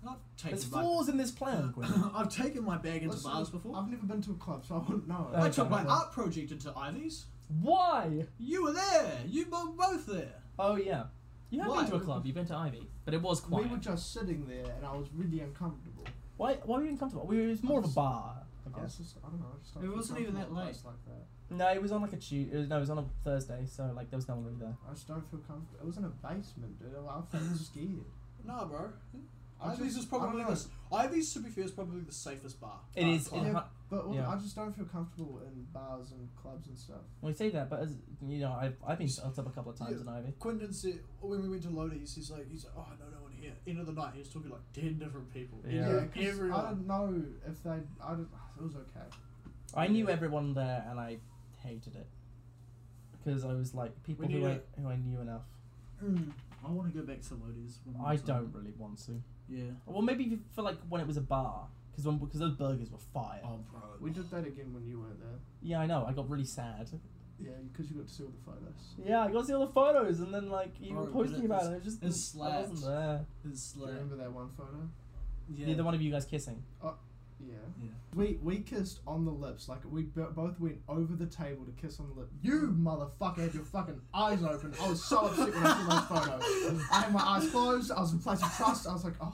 S1: I've taken
S2: There's
S1: my-
S2: flaws in this plan. Gwyn.
S1: I've taken my bag into
S3: Listen,
S1: bars before.
S3: I've never been to a club, so I wouldn't know.
S1: I
S2: Okay.
S1: took my art project into Ivy's.
S2: Why?
S1: You were there. You were both there.
S2: Oh yeah.
S9: You have
S1: Why?
S9: been to a club. You've been to Ivy, but it was
S3: we
S9: quiet.
S3: were just sitting there and I was really uncomfortable.
S2: Why? Why were you uncomfortable? We were, it was more of a bar. I
S9: Oh,
S3: I
S2: guess.
S3: was just, I don't know. I just don't
S1: It
S3: feel
S1: wasn't even
S3: comfortable
S1: that
S3: in a place Like that.
S2: No, it was on like a Tuesday. No, it was on a Thursday, so like there was no one really there.
S3: I just don't feel comfortable. It was in a basement, dude. I felt scared.
S5: Nah, bro.
S3: I
S5: Ivy's is
S3: just- I don't
S5: probably
S3: know.
S5: the s- Ivy's to be fair is probably the safest bar. Uh,
S2: It is.
S3: Yeah,
S2: It ha-
S3: but well,
S2: yeah.
S3: I just don't feel comfortable in bars and clubs and stuff.
S2: we say that, but as you know, I've, I've been shut up a couple of times in Ivy.
S5: Quentin said when we went to Lodi's, he's like, he's like, oh, I know no one here. End of the night, he was talking to like ten different people. He
S2: Yeah.
S5: knew
S3: 'cause I
S5: everyone.
S3: don't know if they. I don't, it was okay.
S2: I knew everyone there, and I hated it because I was like people
S1: We
S2: who
S1: need
S2: I, who I knew enough.
S5: Hmm.
S1: I want to go back to Lodi's. one more
S2: I
S1: time.
S2: don't really want to.
S1: Yeah.
S2: Well, maybe for like when it was a bar, because when because those burgers were fire.
S1: Oh, bro.
S3: We did that again when you weren't there.
S2: Yeah, I know. I got really sad.
S3: Yeah, because you got to see all the photos.
S2: Yeah, I got to see all the photos, and then like you were
S1: Bro, but
S2: posting
S1: it-
S2: about
S1: it's-
S2: it. It just
S1: it's
S2: I wasn't
S1: slapped.
S2: there.
S1: It's
S3: Do you
S1: like
S3: remember that one photo?
S1: yeah.
S2: Neither one of you guys kissing.
S3: Yeah.
S1: Yeah.
S3: We we kissed on the lips, like we b- both went over the table to kiss on the lip. You motherfucker had your fucking eyes open. I was so upset when I saw those photos. I had my eyes closed. I was in place of trust. I was like, oh,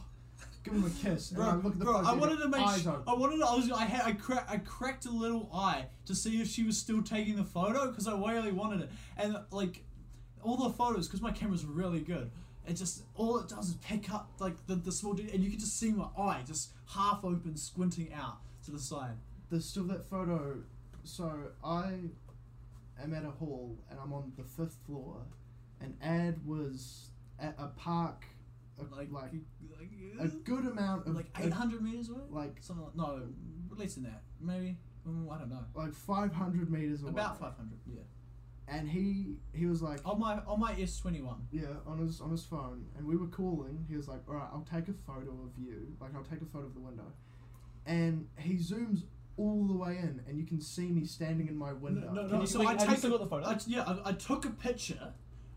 S3: give him a kiss. And I
S1: Bro,
S3: look at the
S1: bro,
S3: photos,
S1: I
S3: they
S1: wanted
S3: had
S1: to make. oh.
S3: eyes
S1: Sh-
S3: open.
S1: I wanted. To, I was. I had. I, cra- I cracked a little eye to see if she was still taking the photo because I really wanted it. And like, all the photos because my camera's really good. It just all it does is pick up like the, the small detail, and you can just see my eye just half open, squinting out to the side.
S3: There's still that photo. So I am at a hall and I'm on the fifth floor, and Ad was at a park, a,
S1: Like,
S3: like,
S1: like, uh,
S3: a good amount of
S1: like 800 meters away.
S3: like
S1: Something like, no, less than that. Maybe Mm, I don't know.
S3: like 500 meters away.
S1: About 500. Yeah.
S3: and he he was like
S1: On my on my S21.
S3: yeah on his on his phone and we were calling he was like all right i'll take a photo of you like i'll take a photo of the window and he zooms all the way in and you can see me standing in my window
S1: No, no,
S2: Can
S1: no.
S2: you-
S1: so
S2: wait,
S1: I
S2: have you
S1: take
S2: still
S1: a-
S2: got the photo?
S1: I, yeah, I, I took a picture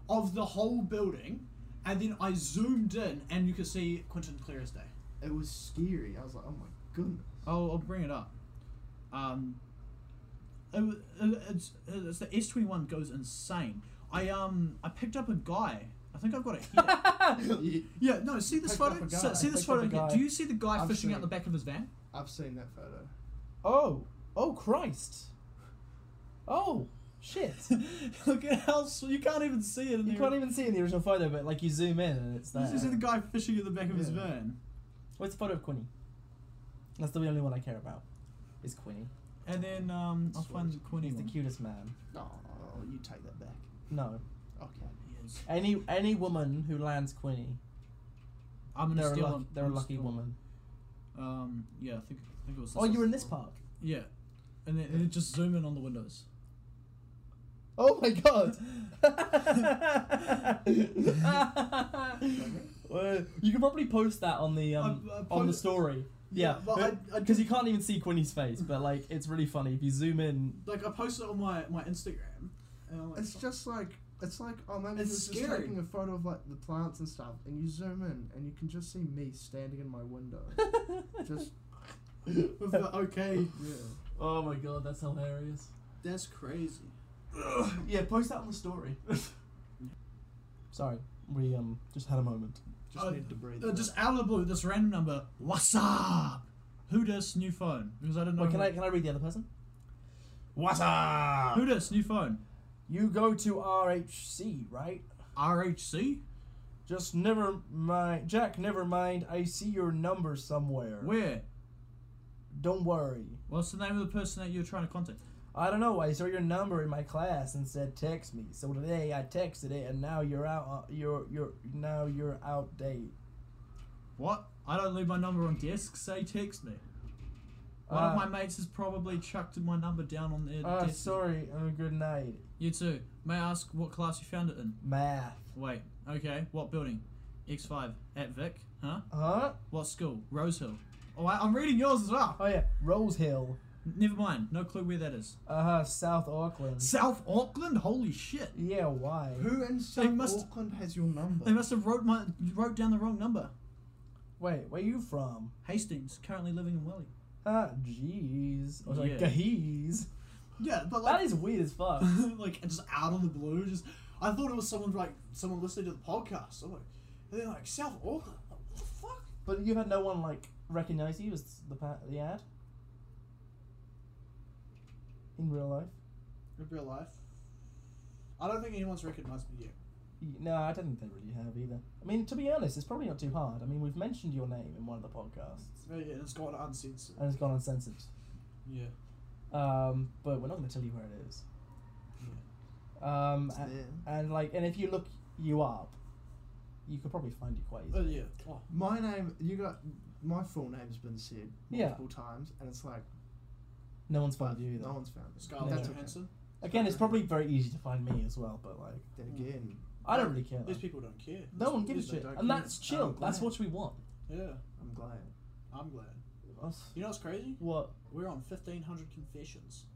S1: of the whole building, and then I zoomed in, and you could see Quentin clear as day.
S3: it was scary i was like oh my goodness
S1: I'll, I'll bring it up. Um, it, wa- it, it's, it's the S twenty one goes insane. I um I picked up a guy. I think I've got it here. yeah, no. See this
S3: Picked up
S1: photo.
S3: a
S1: So-
S3: guy.
S1: see this
S2: Picked
S1: photo
S2: up a
S1: here.
S2: guy.
S1: Do you see the guy
S3: I've
S1: fishing
S3: seen
S1: out the
S3: it.
S1: back of his van?
S3: i've seen that photo
S2: Oh, oh Christ. Oh shit.
S1: Look at how s- you can't even see it. In
S2: you
S1: the-
S2: can't even see in the original photo, but like you zoom in and it's
S1: You
S2: there.
S1: just see the guy fishing at the back of his
S3: Yeah.
S1: van.
S2: What's the photo of Quinny? That's the only one I care about. is Quinny.
S1: And then um, I'll
S2: Sweet.
S1: find the Quinny
S2: He's the
S1: one.
S2: cutest man.
S3: No, you take that back.
S2: No.
S3: Okay.
S2: Any any woman who lands Quinny,
S1: I'm gonna
S2: they're a,
S1: steal
S2: luck,
S1: one.
S2: they're a
S1: I'm
S2: lucky
S1: steal one.
S2: woman.
S1: Um, yeah, I think I think it was.
S2: Oh, you were in this park.
S1: Yeah, and then, and then just zoom in on the windows.
S3: Oh my god!
S2: Well, you can probably post that on the um,
S5: I- I
S2: on the
S5: post-
S2: story. Yeah,
S5: but I, I
S2: because you can't even see Quinny's face, but like it's really funny if you zoom in.
S5: like I posted it on my my Instagram. And I'm like,
S3: It's just like it's like oh maybe
S5: It's
S3: it's just
S5: scary.
S3: taking a photo of like the plants and stuff, and you zoom in and you can just see me standing in my window. just
S5: with the okay,
S3: yeah.
S9: Oh my god, that's hilarious.
S5: that's crazy.
S2: yeah, post that on the story. Sorry, we um just had a moment.
S3: Just
S1: Uh,
S3: need to breathe.
S1: Uh, just out of the blue, this random number. What's up? Who this new phone? Because I don't know.
S2: Wait, can
S1: who-
S2: I can I read the other person?
S9: What's up?
S1: Who this new phone?
S2: You go to RHC, right?
S1: RHC?
S2: Just never mind, Jack. Never mind. I see your number somewhere.
S1: Where?
S2: Don't worry.
S1: What's the name of the person that you're trying to contact?
S2: I don't know. I saw your number in my class and said text me. So today I texted it, and now you're out. Uh, you're you're now you're out date.
S1: What? I don't leave my number on desks. Say text me. One
S2: Uh,
S1: of my mates has probably chucked my number down on their
S2: Uh,
S1: desk.
S2: sorry. Uh, good night.
S1: You too. May I ask what class you found it in?
S2: Math.
S1: Wait. Okay. What building? X5. At Vic? Huh?
S2: Huh?
S1: What school? Rosehill. Oh, I, I'm reading yours as well.
S2: Oh yeah. Rose Hill.
S1: Never mind. No clue where that is.
S2: Uh huh. South Auckland.
S1: South Auckland. Holy shit.
S2: Yeah. Why?
S3: Who in South
S1: must-
S3: Auckland has your number?
S1: They must have wrote my wrote down the wrong number.
S2: Wait. Where you from?
S1: Hastings, currently living in Welly.
S2: Ah, jeez. Or like
S1: Yeah.
S2: geez.
S5: Yeah, but
S2: That
S5: like
S2: is weird as fuck.
S5: like just out of the blue, just I thought it was someone like someone listening to the podcast. I'm like, and then like South Auckland. I'm like, What the fuck?
S2: but you had no one like recognize you as the pa- the ad. In real life.
S5: In real life, I don't think anyone's recognized me yet.
S2: No, I don't think they really have either. I mean, to be honest, it's probably not too hard. I mean, we've mentioned your name in one of the podcasts,
S5: Oh, yeah, it's gone uncensored.
S2: and it's gone uncensored.
S5: Yeah.
S2: Um, but we're not going to tell you where it is. Um,
S3: It's
S2: and,
S3: there.
S2: and like, and if you look you up, you could probably find it quite
S5: Oh
S2: easily.
S5: yeah. Oh,
S3: My name, you got my full name's been said
S2: Yeah.
S3: multiple times, and it's like
S2: No one's found you either.
S3: no one's found it.
S5: Scarlett
S3: That's okay.
S5: Johansson.
S2: Again, it's probably very easy to find me as well. But like,
S3: Then again,
S2: I don't really care.
S5: These
S2: though.
S5: people don't care.
S2: No one gives a
S3: they
S2: shit,
S3: don't
S2: and
S3: care.
S2: that's chill.
S3: I'm
S2: That's
S3: glad.
S2: what we want.
S5: Yeah,
S3: I'm glad.
S5: I'm glad.
S2: Us-
S5: You know what's crazy?
S2: What?
S5: We're on 1,500 confessions.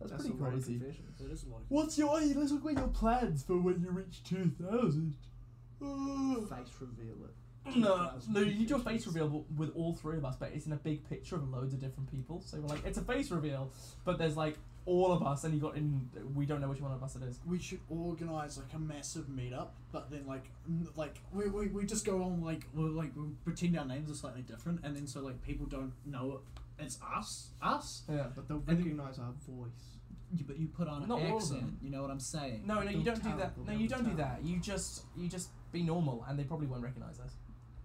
S2: That's,
S3: That's
S2: pretty
S3: a lot of
S2: crazy.
S3: confessions.
S5: That is a lot.
S2: What's your? Let's look at your plans for when you reach two thousand.
S3: Face reveal it.
S2: No,
S3: That's
S2: no,
S3: pretty
S2: you do a
S3: good.
S2: face reveal w- with all three of us, but it's in a big picture of loads of different people. So we're like, it's a face reveal, but there's like all of us, and you got in. We don't know which one of us it is.
S5: We should organize like a massive meetup, but then like n- like we, we, we just go on like we will like we pretend our names are slightly different, and then so like people don't know it's us us.
S2: Yeah.
S3: But they'll
S5: then-
S3: recognise our voice.
S1: You, but you put on
S2: Not
S1: an
S2: all of
S1: accent.
S2: them.
S1: You know what I'm saying?
S2: No, no, you
S3: Build
S2: don't do
S3: talent,
S2: that.
S3: build
S2: No, you
S3: up
S2: don't do that.
S3: talent.
S2: You just, you just be normal, and they probably won't recognize us.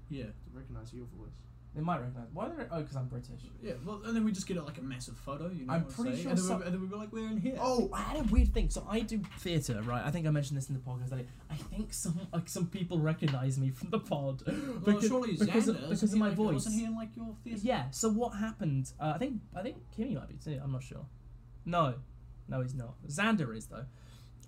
S1: Yeah.
S3: To recognise your voice.
S2: They might recognize. Why? Are they, oh, because I'm British.
S1: Yeah. Well, and then we just get like a massive photo. You know
S2: I'm
S1: what
S2: pretty
S1: saying?
S2: sure
S1: And then,
S2: some-
S1: we, and then we were like, we're in here.
S2: Oh, I had a weird thing. So I do theatre, right? I think I mentioned this in the podcast. earlier. I think some like some people recognise me from the pod
S1: well,
S2: because,
S1: Oh, surely
S2: because,
S1: Xander,
S2: of-
S1: isn't
S2: because
S1: he
S2: of my
S1: like-
S2: voice.
S1: Wasn't he in like your theatre?
S2: Yeah. So what happened? Uh, I think I think Kimmy might be too. I'm not sure. No, no, he's not. Xander is though.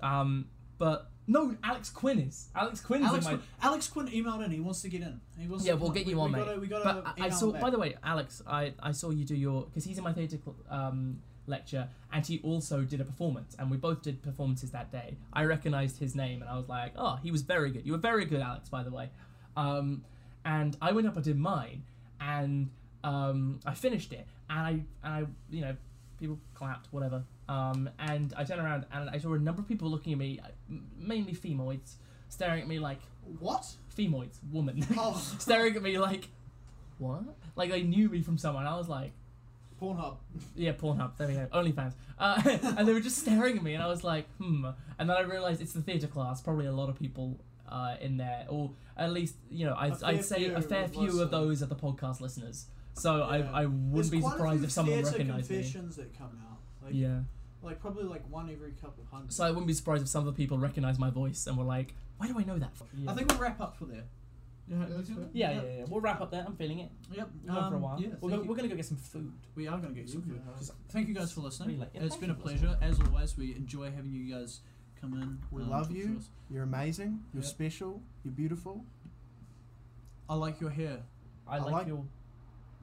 S2: Um, but no, Alex Quinn is. Alex Quinn's
S1: Alex,
S2: in my.
S1: Quinn, Alex Quinn emailed in. He wants to get in. He wants
S2: Yeah,
S1: to
S2: we'll
S1: come
S2: get
S1: We-
S2: you on,
S1: we
S2: mate.
S1: Gotta, we gotta
S2: But I, I
S1: email
S2: saw.
S1: him
S2: By
S1: back.
S2: the way, Alex, I I saw you do your because he's in my theatre cl- um, lecture, and he also did a performance, and we both did performances that day. I recognised his name, and I was like, oh, he was very good. You were very good, Alex, by the way. Um, and I went up, I did mine, and um, I finished it, and I and I you know people clapped, whatever. Um, and I turned around and I saw a number of people looking at me, uh, m- mainly femoids, staring at me like
S5: What?
S2: femoids, woman,
S5: Oh.
S2: staring at me like, what? Like they knew me from someone. I was like,
S5: Pornhub.
S2: yeah, Pornhub. There we go, OnlyFans. Uh, and they were just staring at me, and I was like, hmm. And then I realised it's the theatre class. Probably a lot of people uh, in there, or at least you know, I'd,
S5: A
S2: I'd
S5: fair
S2: say a
S5: few
S2: fair
S5: would
S2: few
S5: listen.
S2: of those are the podcast listeners. So
S10: Yeah.
S2: I, I wouldn't
S10: There's
S2: be
S10: quite a
S2: surprised
S10: few
S2: if someone
S10: theatre
S2: recognised me.
S10: confessions that come out. Like,
S2: Yeah.
S10: like probably like one every couple hundred.
S2: So I wouldn't be surprised if some of the people recognised my voice and were like, why do I know that?
S11: Yeah.
S1: I think we'll wrap up for there. Yeah,
S12: Yeah, that's fair.
S2: Yeah, yeah, yeah. We'll wrap up there. I'm feeling it.
S1: Yep.
S2: We've gone for a
S1: um,
S2: while.
S1: Yeah,
S2: we're,
S1: thank
S2: go-
S1: you.
S2: we're gonna go get some food.
S1: We are going to get some food.
S12: Yeah.
S1: Thank you guys for
S2: Really
S1: listening.
S2: like- yeah,
S1: It's
S2: thank
S1: been a
S2: you for listening.
S1: pleasure. As always, we enjoy having you guys come in.
S3: We
S1: um,
S3: love
S1: talk to
S3: you.
S1: us.
S3: You're amazing. You're
S1: Yep.
S3: special. You're beautiful.
S1: I like your hair,
S2: I,
S3: I
S2: like,
S3: like-
S2: your.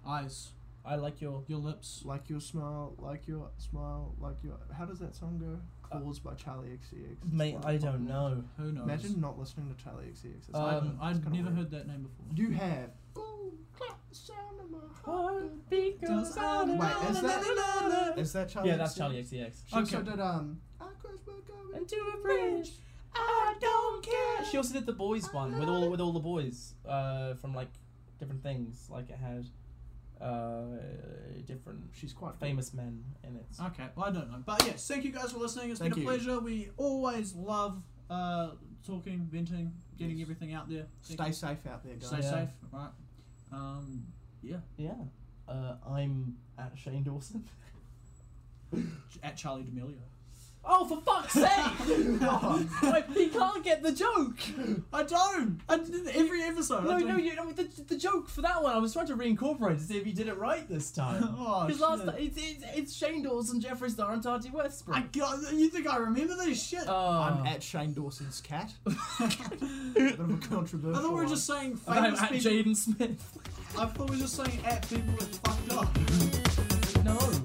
S1: eyes,
S2: I like your.
S1: your lips.
S3: Like your smile. Like your smile. Like your. How does that song go?
S5: Uh,
S3: Caused by Charlie XCX. It's
S11: Mate,
S3: one
S11: I
S3: of my-
S11: don't know.
S1: Who knows?
S3: Imagine not listening to Charlie XCX. It's
S1: I've,
S3: kinda- it's
S1: I've
S3: kinda
S1: Um, never
S3: weird.
S1: heard that name before.
S3: You have. Ooh, clap the sound of my heart.
S1: Does I know
S3: Wait, is
S1: that-
S3: Is that Charlie?
S2: Yeah, that's
S3: XCX?
S2: Charlie XCX.
S3: She also
S1: E Okay.
S3: did um. I cross my God
S2: Into a bridge. I don't care. She also did the boys one with all with all the boys uh, from like different things. Like it had uh, different
S3: She's quite famous.
S2: famous men in it.
S1: Okay, well, I don't know. But yes, thank you guys for listening. It's
S3: Thank
S1: been a
S3: you.
S1: pleasure. We always love uh, talking, venting, getting
S3: Yes.
S1: everything out there. Thank
S3: Stay
S1: you.
S3: safe out there, guys.
S1: Stay
S2: Yeah.
S1: safe. All right. Um, yeah.
S2: Yeah. Uh, I'm at Shane Dawson.
S1: At Charlie D'Amelio.
S2: Oh, for fuck's sake! Wait, he can't get the joke.
S1: I don't. I, every episode.
S2: No,
S1: I don't.
S2: no, you, no the, the joke for that one. I was trying to reincorporate to see if you did it right this time.
S1: Oh,
S2: Because last
S1: shit.
S2: time it's, it's, it's Shane Dawson, Jeffree Star, and Tati Westbrook.
S1: I got, you think I remember this shit?
S3: Uh,
S2: Oh.
S1: Ah.
S3: I'm at Shane Dawson's cat. Bit of a controversial.
S1: I thought we were
S3: one.
S1: just saying
S2: I'm
S1: famous
S2: at
S1: people.
S2: Jaden Smith.
S1: I thought we were just saying at people with fucked up.
S2: no.